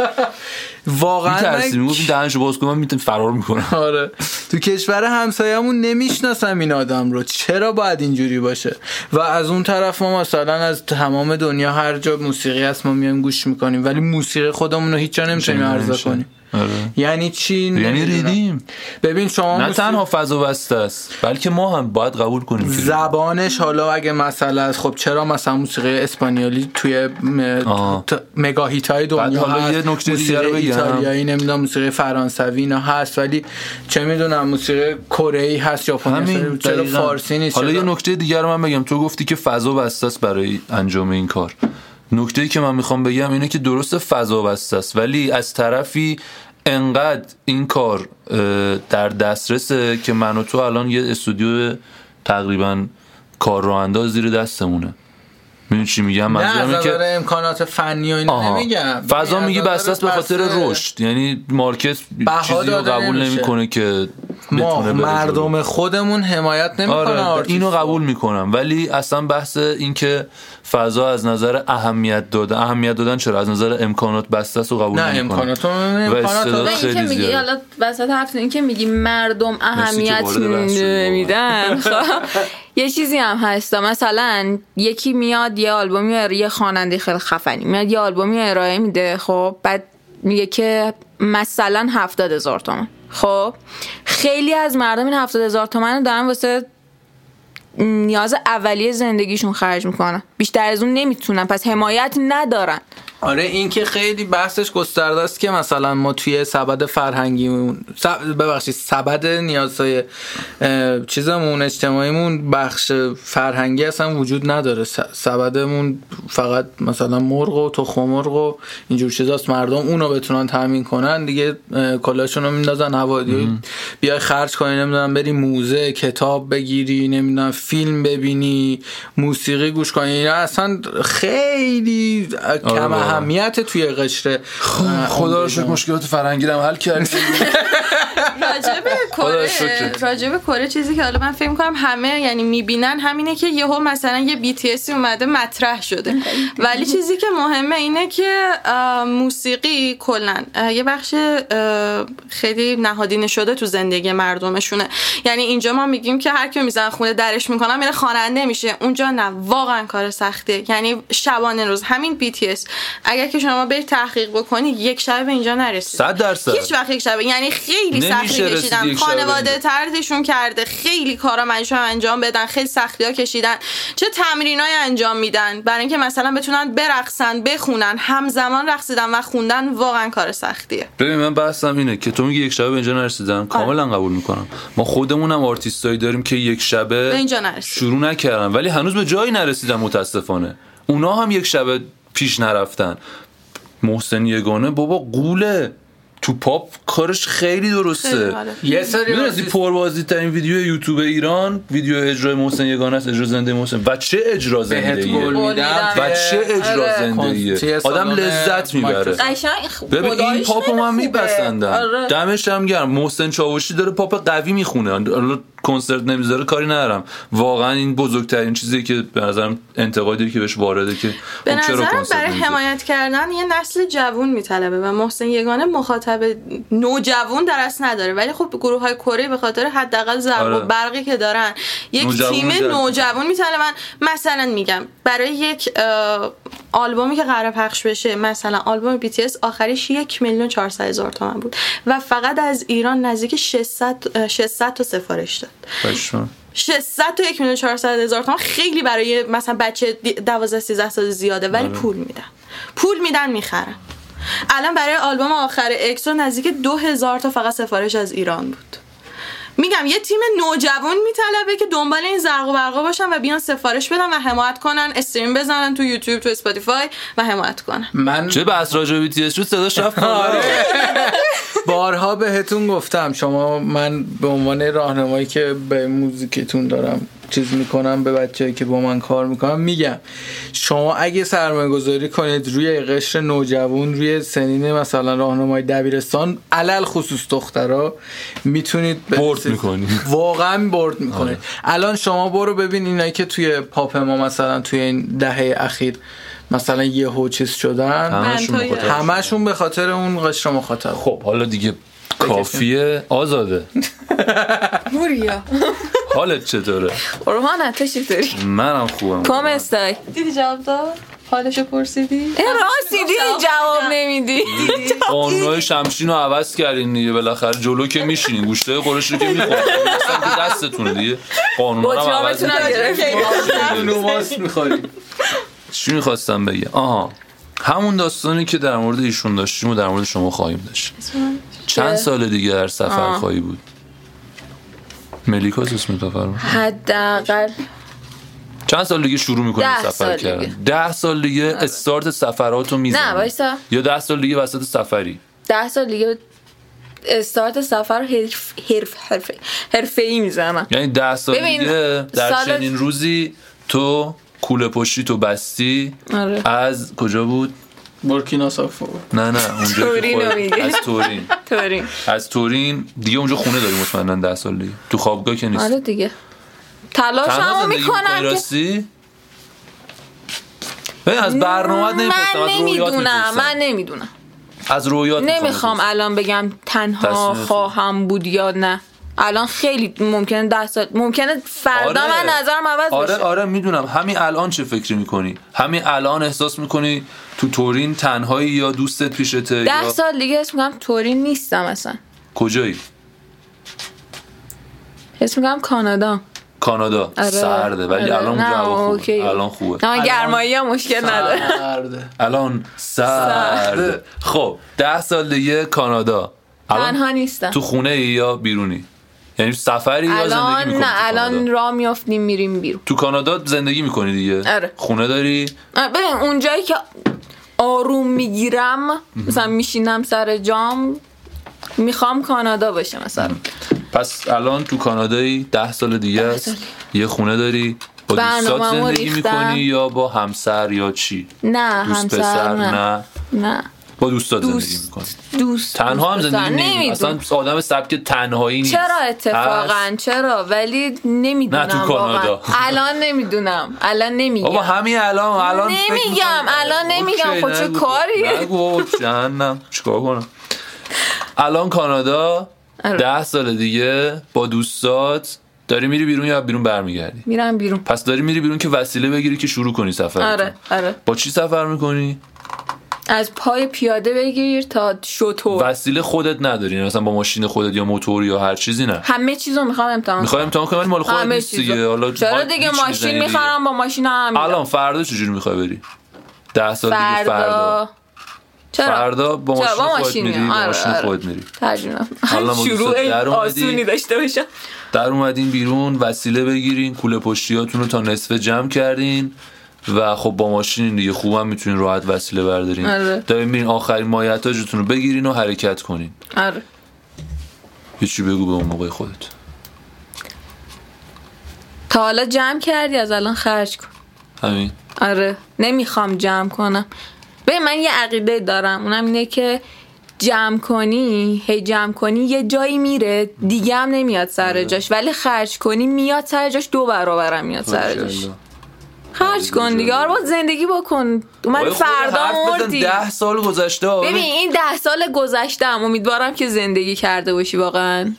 واقعا میترسی من میگفت این دهنش رو باز کنه من میتونم فرار [LAUGHS] میکنم آره تو کشور همسایه‌مون نمیشناسم این آدم رو چرا باید اینجوری باشه و از اون طرف ما مثلا از تمام دنیا هر جا موسیقی هست ما میایم گوش میکنیم ولی موسیقی خودمون رو هیچ جا نمیتونیم عرضه کنیم آره. یعنی چی یعنی نمی‌دونم. ریدیم ببین شما نه موسیقی- تنها فضا بسته است بلکه ما هم باید قبول کنیم که زبانش حالا اگه مسئله است خب چرا مثلا موسیقی اسپانیولی توی آه. مگاهیت های بعد دنیا حالا هست یه نکته دیگه موسیقی رو بگم. ایتالیایی نمیدونم موسیقی فرانسوی اینا هست ولی چه میدونم موسیقی کره ای هست ژاپنی همین هست چرا دقیقاً. فارسی نیست حالا چرا- یه نکته دیگر رو من بگم تو گفتی که فضا بسته است برای انجام این کار نکته که من میخوام بگم اینه که درست فضا بسته است ولی از طرفی انقدر این کار اه، در دسترسه که من و تو الان یه استودیو تقریبا کار رو انداز زیر دستمونه میدونی چی میگم نه منظورم از اینه که نظر امکانات فنی و آها. اینا نمیگم فضا ببین، از میگی نظر بسته است به خاطر بسته. رشد یعنی مارکت بها چیزی رو داده قبول نمیشه. نمیکنه که ما بتونه بره جلو. مردم خودمون حمایت نمیکنه آره آرتیست اینو قبول میکنم ولی اصلا بحث این که فضا از نظر اهمیت دادن اهمیت دادن چرا از نظر امکانات بسته است و قبول نه نمیکنم امکانات و امکانات استعداد رو- و خیلی این که میگی زیاده. حالا وسط حرف این که میگی مردم اهمیت وارد بحث شدی واقعا. [LAUGHS] نمیدن خب، یه چیزی هم هست مثلا یکی میاد یه آلبومی رو- یه خواننده خیلی خفنی میاد یه آلبومی رو ارائه میده خب بعد میگه که مثلا هفتاد هزار تومن خب خیلی از مردم این هفتاد هزار تومن رو دارن واسه نیاز اولیه زندگیشون خرج میکنن بیشتر از اون نمیتونن پس حمایت ندارن آره این که خیلی بحثش گسترده است که مثلا ما توی سبد فرهنگیمون سب... ببخشید سبد نیازهای اه، چیزمون اجتماعیمون بخش فرهنگی اصلا وجود نداره س- سبدمون فقط مثلا مرغ و تخم مرغ و اینجور چیزاست مردم اونو بتونن تامین کنن دیگه اه، کلاشون رو میندازن هوا دیگه بیای خرج کنی نمیدونم بری موزه کتاب بگیری نمیدونم فیلم ببینی موسیقی گوش کنی اینا اصلا خیلی کم بابا. اهمیت توی قشر اه، آره. خب، خدا رو عمده شکر ما. مشکلات فرنگی رو هم حل کردیم راجب خدا کره شکرت. راجب کره چیزی که حالا من فکر میکنم همه یعنی میبینن همینه که یهو مثلا یه بی اومده مطرح شده ولی چیزی که مهمه اینه که اه، موسیقی کلا اه، یه بخش اه، خیلی نهادینه شده تو زندگی مردمشونه یعنی اینجا ما میگیم که هر کی میزن خونه درش میکنم میره خواننده میشه اونجا نه واقعا کار سخته یعنی شبانه روز همین بی اگر که شما به تحقیق بکنی یک شب به اینجا نرسید صد درصد هیچ وقت یک شبه یعنی خیلی نمیشه سختی رسید کشیدن یک شبه خانواده اینجا. تردشون کرده خیلی کارا منشون انجام بدن خیلی سختی ها کشیدن چه تمرینای انجام میدن برای اینکه مثلا بتونن برقصن بخونن همزمان رقصیدن و خوندن واقعا کار سختیه ببین من بحثم اینه که تو میگی یک شبه به اینجا آره. نرسیدن کاملا قبول میکنم ما خودمون هم آرتیستایی داریم که یک به شبه اینجا نرسید شروع نکردن ولی هنوز به جایی نرسیدن متاسفانه اونا هم یک شبه پیش نرفتن محسن یگانه بابا قوله تو پاپ کارش خیلی درسته خیلی آره. حاله. یه سری میدونستی آرتیست- پربازی ترین ویدیو یوتیوب ایران ویدیو اجرای محسن یگانه است اجرا زنده محسن و چه اجرا بهت زندگیه گل میدم و چه اجرا آره. زندگیه کنسرت آدم سالن لذت میبره مایکروسافت. قشنگ ببین این خداییش پاپ خیلی من خوبه. میپسندم آره. دمش هم گرم محسن چاوشی داره پاپ قوی میخونه حالا کنسرت نمیذاره کاری ندارم واقعا این بزرگترین چیزی که به نظرم انتقادی که بهش وارده که به خب چرا نظرم کنسرت برای نمیذاری؟ حمایت کردن یه نسل جوون میطلبه و محسن یگانه مخاطب نوجوان درست نداره ولی خب گروه های کره به خاطر حداقل ضرب آره. و برقی که دارن یک نوجوان تیم می‌طلبه. نوجوان میطلبن مثلا میگم برای یک اه، آلبومی که قرار پخش بشه مثلا آلبوم بی آخریش یک میلیون 400 هزار تومن بود و فقط از ایران نزدیک 600 اه، 600 تا سفارش داد پشمان. 600 تا 1 میلیون 400 هزار تومان خیلی برای مثلا بچه دی- 12 13 سال زیاده ولی پول میدن پول میدن میخرن الان برای آلبوم آخر اکسو نزدیک 2000 تا فقط سفارش از ایران بود میگم یه تیم نوجوان میطلبه که دنبال این زرق و برقا باشن و بیان سفارش بدن و حمایت کنن استریم بزنن تو یوتیوب تو اسپاتیفای و حمایت کنن من چه بحث راجع به BTS شد صداش رفت بالا. [LAUGHS] بارها بهتون گفتم شما من به عنوان راهنمایی که به موزیکتون دارم چیز میکنم به بچه که با من کار میکنم میگم شما اگه سرمایه گذاری کنید روی قشر نوجوان روی سنین مثلا راهنمای دبیرستان علل خصوص دخترا میتونید به- برد آره. می‌کنی. واقعا برد میکنه الان شما برو ببین اینایی که توی پاپ ما مثلا توی این دهه اخیر مثلا یهو چیز شدن همشون منطقی. مخاطب. همشون به خاطر اون قشر مخاطب خب حالا دیگه کافیه آزاده موریا حالت چطوره روحانه تو چطوری منم خوبم کم استای دیدی جواب داد حالشو پرسیدی ای راستی دیدی جواب نمیدی قانونهای شمشین رو عوض کردین دیگه بالاخره جلو که میشینین گوشته قرش رو که میخورین که دستتونه دیگه قانون هم عوض بطیامتون هم می‌کنین. گرفتیم نوماس میخوریم چی میخواستم بگم آها همون داستانی که در مورد ایشون داشتیم و در مورد شما خواهیم داشت چند سال دیگه در سفر آه. خواهی بود ملیکاس اسم تو فرمون حداقل چند سال دیگه شروع میکنی ده سفر سال کردن دیگه. آره. ده سال دیگه استارت سفراتو میزنی نه، وایسا. یا ده سال دیگه وسط سفری ده سال دیگه استارت سفر حرف حرف حرف حرفه ای میزنم یعنی ده سال ببین، دیگه در سال- چنین روزی تو کوله پشتی تو بستی آره. از کجا بود بورکینا سافو نه نه اونجا که تورین رو خود- میگه. از تورین تورین از تورین دیگه اونجا خونه داریم مطمئنا ده سال دیگه تو خوابگاه که نیست آره دیگه تلاش تنها همو زندگی می‌کنی میکنم که راستی ببین، از برنامه نمیپرسم من از رویات نمیدونم من میپرسم نمیدونم از رویات نمیخوام الان بگم تنها تصمیمتون. خواهم بود یا نه الان خیلی ممکنه ده سال ممکنه فردا من نظرم عوض آره بشه آره میدونم همین الان چه فکری میکنی همین الان احساس میکنی تو تورین تنهایی یا دوستت پیشته ده یا سال دیگه حس میکنم طوری نیستم اصلا کجایی حس میکنم کانادا کانادا آره. سرده ولی آره. الان اونجا نه، هوا اوکی. خوبه الان خوبه نه من گرمایی هم مشکل نداره مرده الان سرده خب ده سال دیگه کانادا الان تنها نیستم تو خونه ای یا بیرونی یعنی سفری یا زندگی الان میکنی نه الان را میافتیم میریم بیرون تو کانادا زندگی میکنی دیگه آره. خونه داری آه، ببین اونجایی که آروم میگیرم مثلا میشینم سر جام میخوام کانادا باشه مثلا پس الان تو کانادایی ده سال دیگه است سال. یه خونه داری با دوستات برنامه‌مو زندگی ریختم. میکنی یا با همسر یا چی نه دوست همسر پسر نه نه نه با دوستات زندگی دوست. میکنی دوست تنها هم دوست زندگی پسر. نمی‌کنی. نمی‌دونم. اصلا آدم سبک تنهایی نیست چرا اتفاقا هست. چرا ولی نمیدونم نه، تو کانادا. الان نمیدونم الان بابا نمیگم همین الان الان فکر نمیگم، می‌کنم. الان نمیگم. اوکی، خب چه نگو. کاری؟ نگو جهنم چیکار کنم الان کانادا آره. ده سال دیگه با دوستات داری میری بیرون یا بیرون برمیگردی میرم بیرون پس داری میری بیرون که وسیله بگیری که شروع کنی سفر آره آره با چی سفر میکنی؟ از پای پیاده بگیر تا شطور وسیله خودت نداری یعنی مثلا با ماشین خودت یا موتور یا هر چیزی نه همه چیزو میخوام امتحان کنم میخوای امتحان کنی ولی مال خودت همه نیست دیگه حالا چیزو چرا حال دیگه هیچ می‌زنی ماشین دیگه. میخرم با ماشین هم میرم. الان فردا چجوری میخوای بری؟ ده سال دیگه فردا فردا چرا فردا با چرا؟ ماشین با خودت ماشین میری میام. با آره، ماشین آره. خودت میری ترجمه حالا ما دوست [LAUGHS] شروع در اومدی؟ آسونی داشته باشم در اومدین بیرون وسیله بگیرین کوله پشتیاتون رو تا نصفه جمع کردین و خب با ماشین دیگه خوبم میتونین راحت وسیله بردارین آره. دارین میرین آخرین مایحتاجتون رو بگیرین و حرکت کنین آره یه چی بگو به اون موقع خودت تا حالا جمع کردی از الان خرج کن همین آره نمیخوام جمع کنم به من یه عقیده دارم اونم اینه که جمع کنی هی جمع کنی یه جایی میره دیگه هم نمیاد آره. سر جاش ولی خرج کنی میاد سر جاش دو برابرم میاد سر جاش خرج کن دیگه آره با زندگی بکن من آقای خدا، فردا حرف بزن. مردی ده سال گذشته آقا. ببین این ده سال گذشتم امیدوارم که زندگی کرده باشی واقعا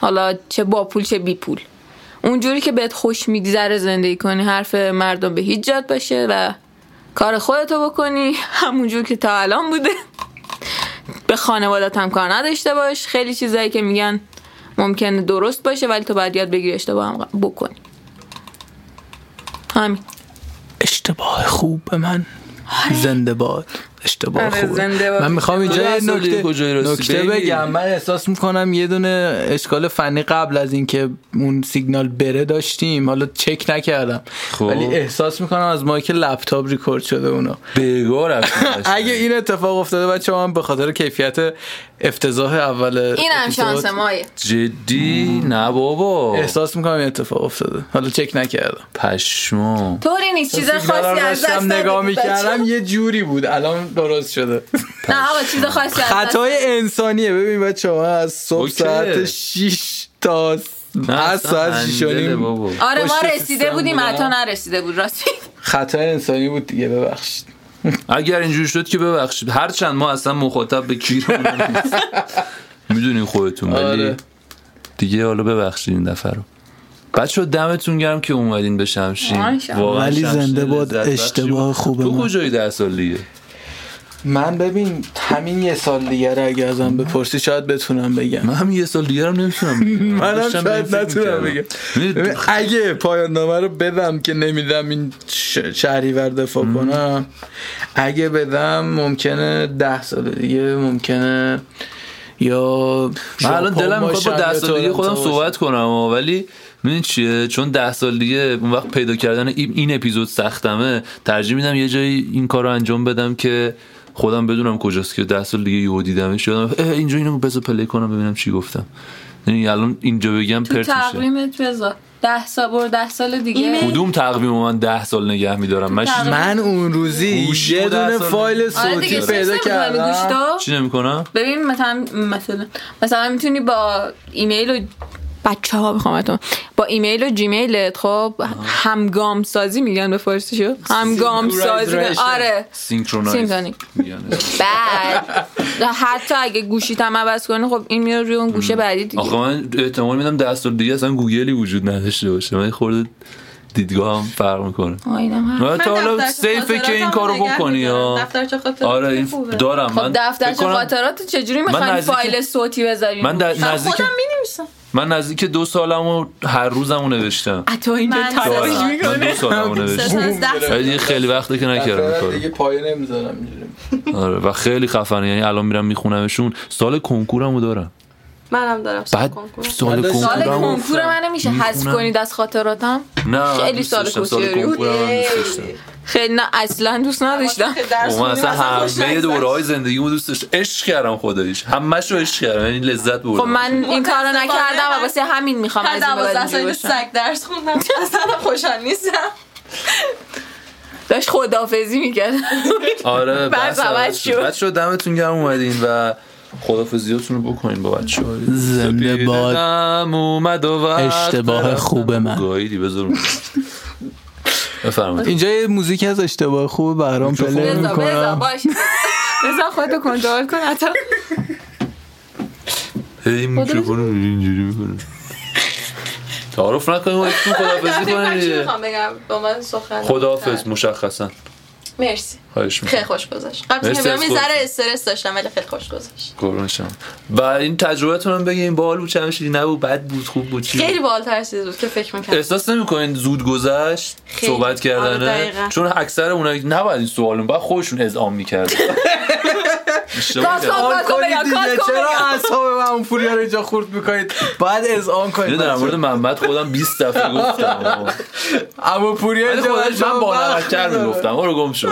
حالا چه با پول چه بی پول اونجوری که بهت خوش میگذره زندگی کنی حرف مردم به هیچ جات باشه و کار خودتو بکنی [LAUGHS] همونجور که تا الان بوده به خانوادت هم کار نداشته باش خیلی چیزایی که میگن ممکنه درست باشه ولی تو باید یاد بگیری اشتباه هم بکنی همین اشتباه خوب به من زنده باد اشتباه آره، خوب زنده باد. من میخوام اینجا تو یه اصلا دیگه کجای نکته, راستی؟ نکته بیلی؟ بگم من احساس میکنم یه دونه اشکال فنی قبل از اینکه اون سیگنال بره داشتیم حالا چک نکردم خب. ولی احساس میکنم از مایی که لپتاپ ریکورد شده اونو بگو رفتیم [LAUGHS] اگه این اتفاق افتاده بچه من به خاطر کیفیت افتضاح اول اینم اپیزود شانس مایه جدی نه بابا احساس میکنم این اتفاق افتاده حالا چک نکردم پشمام طوری نیست چیز خاصی از دست داشتم نگاه ندادی، بچه‌ها. میکردم یه جوری بود الان درست شده نه آقا چیز خاصی از دست خطای انسانیه ببین بچه ها از صبح اوکی. ساعت 6 تا س- از ساعت 6 و هندله نیم بابا. آره ما پشت رسیده سیستم بودیم بودم. عطا نرسیده بود راستی خطای انسانی بود دیگه ببخشید اگر اینجوری شد که ببخشید هر چند ما اصلا مخاطب به کی [LAUGHS] میدونین خودتون ولی آره. دیگه حالا ببخشید این دفعه رو بچه دمتون گرم که اومدین به شمشین آه، شمشین. واقعاً ولی شمشین زنده باد، لذت بخشی اشتباه بود. خوب تو من. کجایی ده سال دیگه من ببین همین یه سال دیگه رو اگه ازم بپرسی شاید بتونم بگم من هم یه سال دیگه رو نمیتونم [LAUGHS] منم شاید نتونم بگم ببین، اگه پایان نامه رو بدم که نمیدم این ش... شهری دفاع کنم اگه بدم ممکنه ده سال دیگه ممکنه یا من الان ژاپن دلم میخواد با باشم ده یا سال دیگه تورنتو خودم باشم. صحبت کنم آه، ولی میدونی چیه چون ده سال دیگه اون وقت پیدا کردن این این اپیزود سختمه ترجیح میدم یه جایی این کار رو انجام بدم که خودم بدونم کجاست که ده سال دیگه یهو دیدمش یادم اه، اینجا اینو بذار پلی کنم ببینم چی گفتم یعنی الان اینجا بگم پرت میشه تقریمت بذار ده سال برو ده سال دیگه آره ایمیل. کدوم تقویم من ده سال نگه میدارم من تقویم. من اون روزی گوشی یه بود دونه اصلا. فایل آره صوتی دیگه پیدا کردم پیدا چی نمیکنم ببین مثلا مثلا مثلا میتونی با ایمیل و بچه ها بخوام با ایمیل و جیمیلت خب همگام سازی میگن به فارسی شو همگام سازی Synchronization. آره سینکرونایز سینکرونی. بعد حتی اگه گوشیت هم عوض کنی خب این میره روی اون گوشه بعدی دیگه آخه من احتمال میدم ده سال دیگه اصلا گوگلی وجود نداشته باشه من خورده دیدگاه هم فرق میکنه آینم تا حالا سیفه که این کارو بکنی یا دفترچه خاطرات آره این خوبه. دارم خب من دفترچه فکر کنم- خاطرات رو چجوری میخوای نزدیک- فایل صوتی بذاری من در- من نزدیک خب خودم می‌نویسم من نزدیک دو سالمو هر روزمو نوشتم تو اینجا من تلاش دارم. دارم. می‌کنی. من دو سالمو خب، سه نوشتم تا از ده سال. یعنی خیلی وقته که نکردم این کارو دیگه پایه نمیذارم اینجوری. آره و خیلی خفنه یعنی الان میرم میخونمشون سال کنکورمو دارم منم دارم بعد کنکور. سال بعد سال کنکورم کنکورمو کنکور منو میشه حذف می‌خونم. کنید از خاطراتم نه خیلی دوست سال داشتم، سال کوچیکی بود. کنکورم هم دوست داشتم. خیلی نه اصلا دوست نداشتم درس اوه، من خوندیم، اصلا خوش همه نگذشت. دوره های زندگیمو دوست داشت عشق کردم خداییش همش رو عشق کردم یعنی لذت بردم خب من این کارو نکردم و واسه همین میخوام هر از این به بعد دوازده اینجوری سالی باشم. سگ [LAUGHS] درس خوندم اصلا خوشحال نیستم داشت خدافزی میکرد آره بعد بس عوض عوض شد. بچه رو دمتون گرم اومدین و خدافزیاتون رو بکنین با بچه ها زنده باد اومد و وقت اشتباه رفتن. خوب من. گاهیدی بذار بفرمایید اینجا یه موزیک از اشتباه خوب برام پلی بزا بزا میکنم باش بزا خودتو کنترل کن حتی هی میکروفون رو اینجوری میکنه تعارف نکنیم و اتون خدافزی من کنیم چی دیگه. میخوام بگم با من سخن خداحافظ مشخصا مرسی خواهش خیلی میکنم خوش گذشت قبل مرسی که بیام از یه خودت. ذره استرس داشتم ولی خیلی خوش گذشت قربون شما و این تجربهتون هم بگین باحال بود چند شدی نبود بد بود خوب بود چی بود؟ خیلی بالتر چیز بود که فکر میکنم احساس نمیکنین زود گذشت خیلی. صحبت آره، کردنه دقیقاً. چون اکثر اونایی که نباید این سوالون باید خودشون اذعان میکردن گاز کن گاز کن بگم گاز کن چرا بگم اعصاب من اون پوریا رو اینجا خورد میکنید باید از آن کنید در مورد محمد خودم 20 دفعه گفتم اما پوریا ولی اینجا خودش شما من با وقت نمکتر می‌ذاره. میگفتم برو گم شو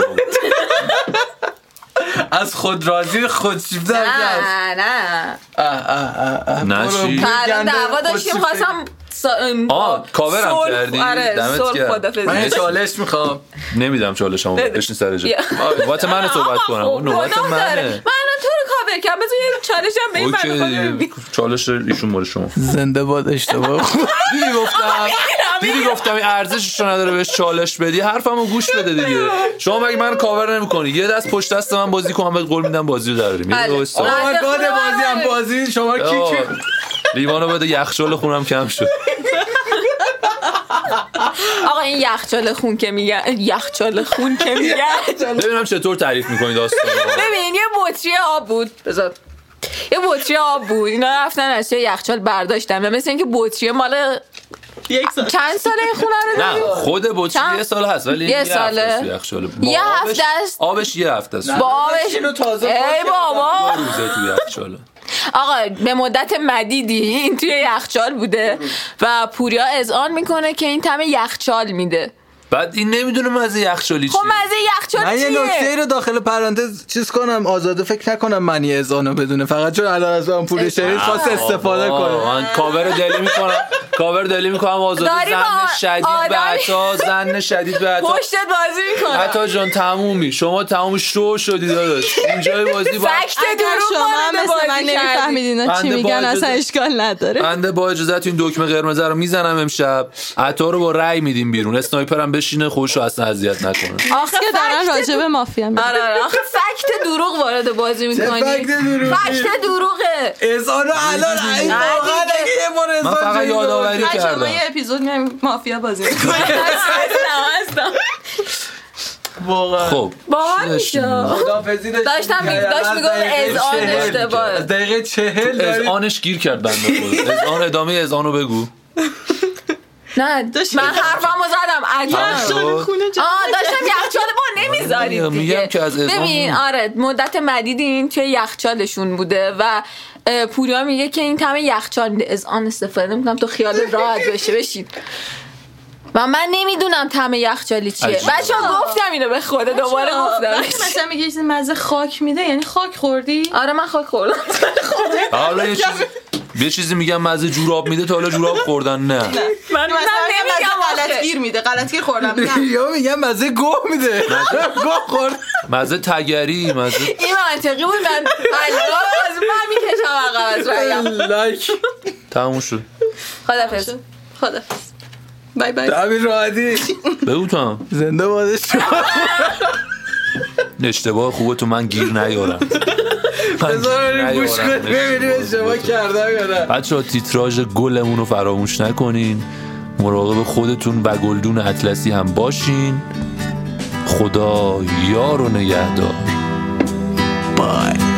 از خود راضی خود شیفته است نه نه اه، اه، اه، اه. نه برو چی؟ برو تا الان گنده دعوا خود داشتیم شیفته. خواستم سا- ام، آه، با- کاورم صلح- کردی؟ آره دمت صلح گرم. من یه خدافزی چالش میخوام نمیدم چالشمو بشین سر جا یا. نوبت منه صحبت کنم آقا، آه، خب، نوبت گناه داره. منه من الان تو رو کاور کردم بذار یه چالشم به این بنده خدا اوکی بله. ببین. چالش ایشون مال شما زنده باد [LAUGHS] اشتباه خوب دیدی گفتم دیدی گفتم این ارزشش رو نداره بهش چالش بدی حرفمو گوش بده بله، دیگه شما مگه من کاور نمیکنی یه دست پشت دست من بازی کن من بهت قول میدم بازی رو دراریم یه بله. دقیقه وایسا. آه. آقا بنده گاد خدا Oh بازی هم بره. بازی شما کی آه، لیوانو بده یخچال خونم کم شد آقا این یخچال خون که میگن یخچال خون [LAUGHS] که میگن ببینم چطور تعریف میکنی داستان ببین یه بطری آب بود بذار یه بطری آب بود اینا رفتن از توی یخچال برداشتن و مثل اینکه بطری مال یک سال چند ساله این خونه رو نه داری؟ خود بطری چند؟ یه سال هست ولی یه هفته ساله. است توی یخچال با یه آبش- هفته است. آبش یه هفته است با آبش اینو تازه ای باز بابا دو روزه توی یخچاله آقا به مدت مدیدی این توی یخچال بوده و پوریا اذعان میکنه که این تم یخچال میده بعد این نمیدونه مزه یخچالی چیه خب مزه یخچال من یه نکته چیه رو داخل پرانتز چیز کنم آزاده فکر نکنم معنی اذعانو بدونه فقط چون الان از آن پول شهید خواست استفاده آقا، کنه من کاور دلی میکنم کاور دلی میکنم آزاده داری با زن شدید به آدمی- عطا زن شدید به عطا پشتت بازی میکنه عطا جان تمومی شما تموم شو شدی داداش اینجای بازی با فکت اگر درو شما هم مثل من بازی کردی نمیفهمید اینا چی بنده با میگن اجازه- اصلا اشکال نداره بنده با اجازهتون این دکمه قرمز رو میزنم امشب عطا رو با رأی میدیم بیرون اسنایپرم بشینه خوش رو اصلا اذیت نکنه آخه که دارن فکت- راجع به مافیا میگن آره آره آخه فکت دروغ وارد بازی میکنی فکت دروغی؟ فکت دروغه اذعانو الان این نه واقعا دیگه. اگه یه بار من اذعان فقط شنیده یادآوری باشم. بچه ما کردم یه اپیزود میایم مافیا بازی میکنیم هستم، هستم. واقعا خب باحال میشه خدافظی داشتیم داشتم می- کردم. داشت از میگفت دقیقه اذعان چهل. اشتباهه. از دقیقه چهل از داریم. آنش گیر کرد بنده خدا از آن ادامه از آنو بگو نه من حرفمو زدم عجب شد. آه [LAUGHS] داشتم یخچال ما نمیذارید آره، دیگه میگم که از اذعان ببین نمی‌دونم. آره مدت مدیدی این توی یخچالشون بوده و اه، پوریا میگه که این تمه یخچال از آن استفاده میکنم تو خیال راحت بشه بشین و من نمیدونم طعم یخچالی چیه عجیبه. بچه گفتم اینو به خود دوباره گفتم وقتی مثلا میگه یه چیزی مزه خاک میده یعنی خاک خوردی آره من خاک خوردم حالا یه چیز یه چیزی میگم مزه جوراب میده تا حالا جوراب خوردن نه من مثلا نمیگم مثلا غلط آخه. گیر میده غلط گیر خوردم میگم یا میگم مزه گوه میده گوه خورد مزه تگری مزه این منطقی بود من الله از من میکشم عقب از رایم لایک تموم شد خدافظ خدا بای بای امیر راحتی بگو تو هم زنده بادش اشتباه خوبه تو من گیر نیارم من بذار گیر بریم گوش نیارم. کنیم ببینیم اشتباه کردم یا نه بچه ها تیتراژ گلمون رو فراموش نکنین مراقب خودتون و گلدون اطلسی هم باشین خدا یار و نگهدار بای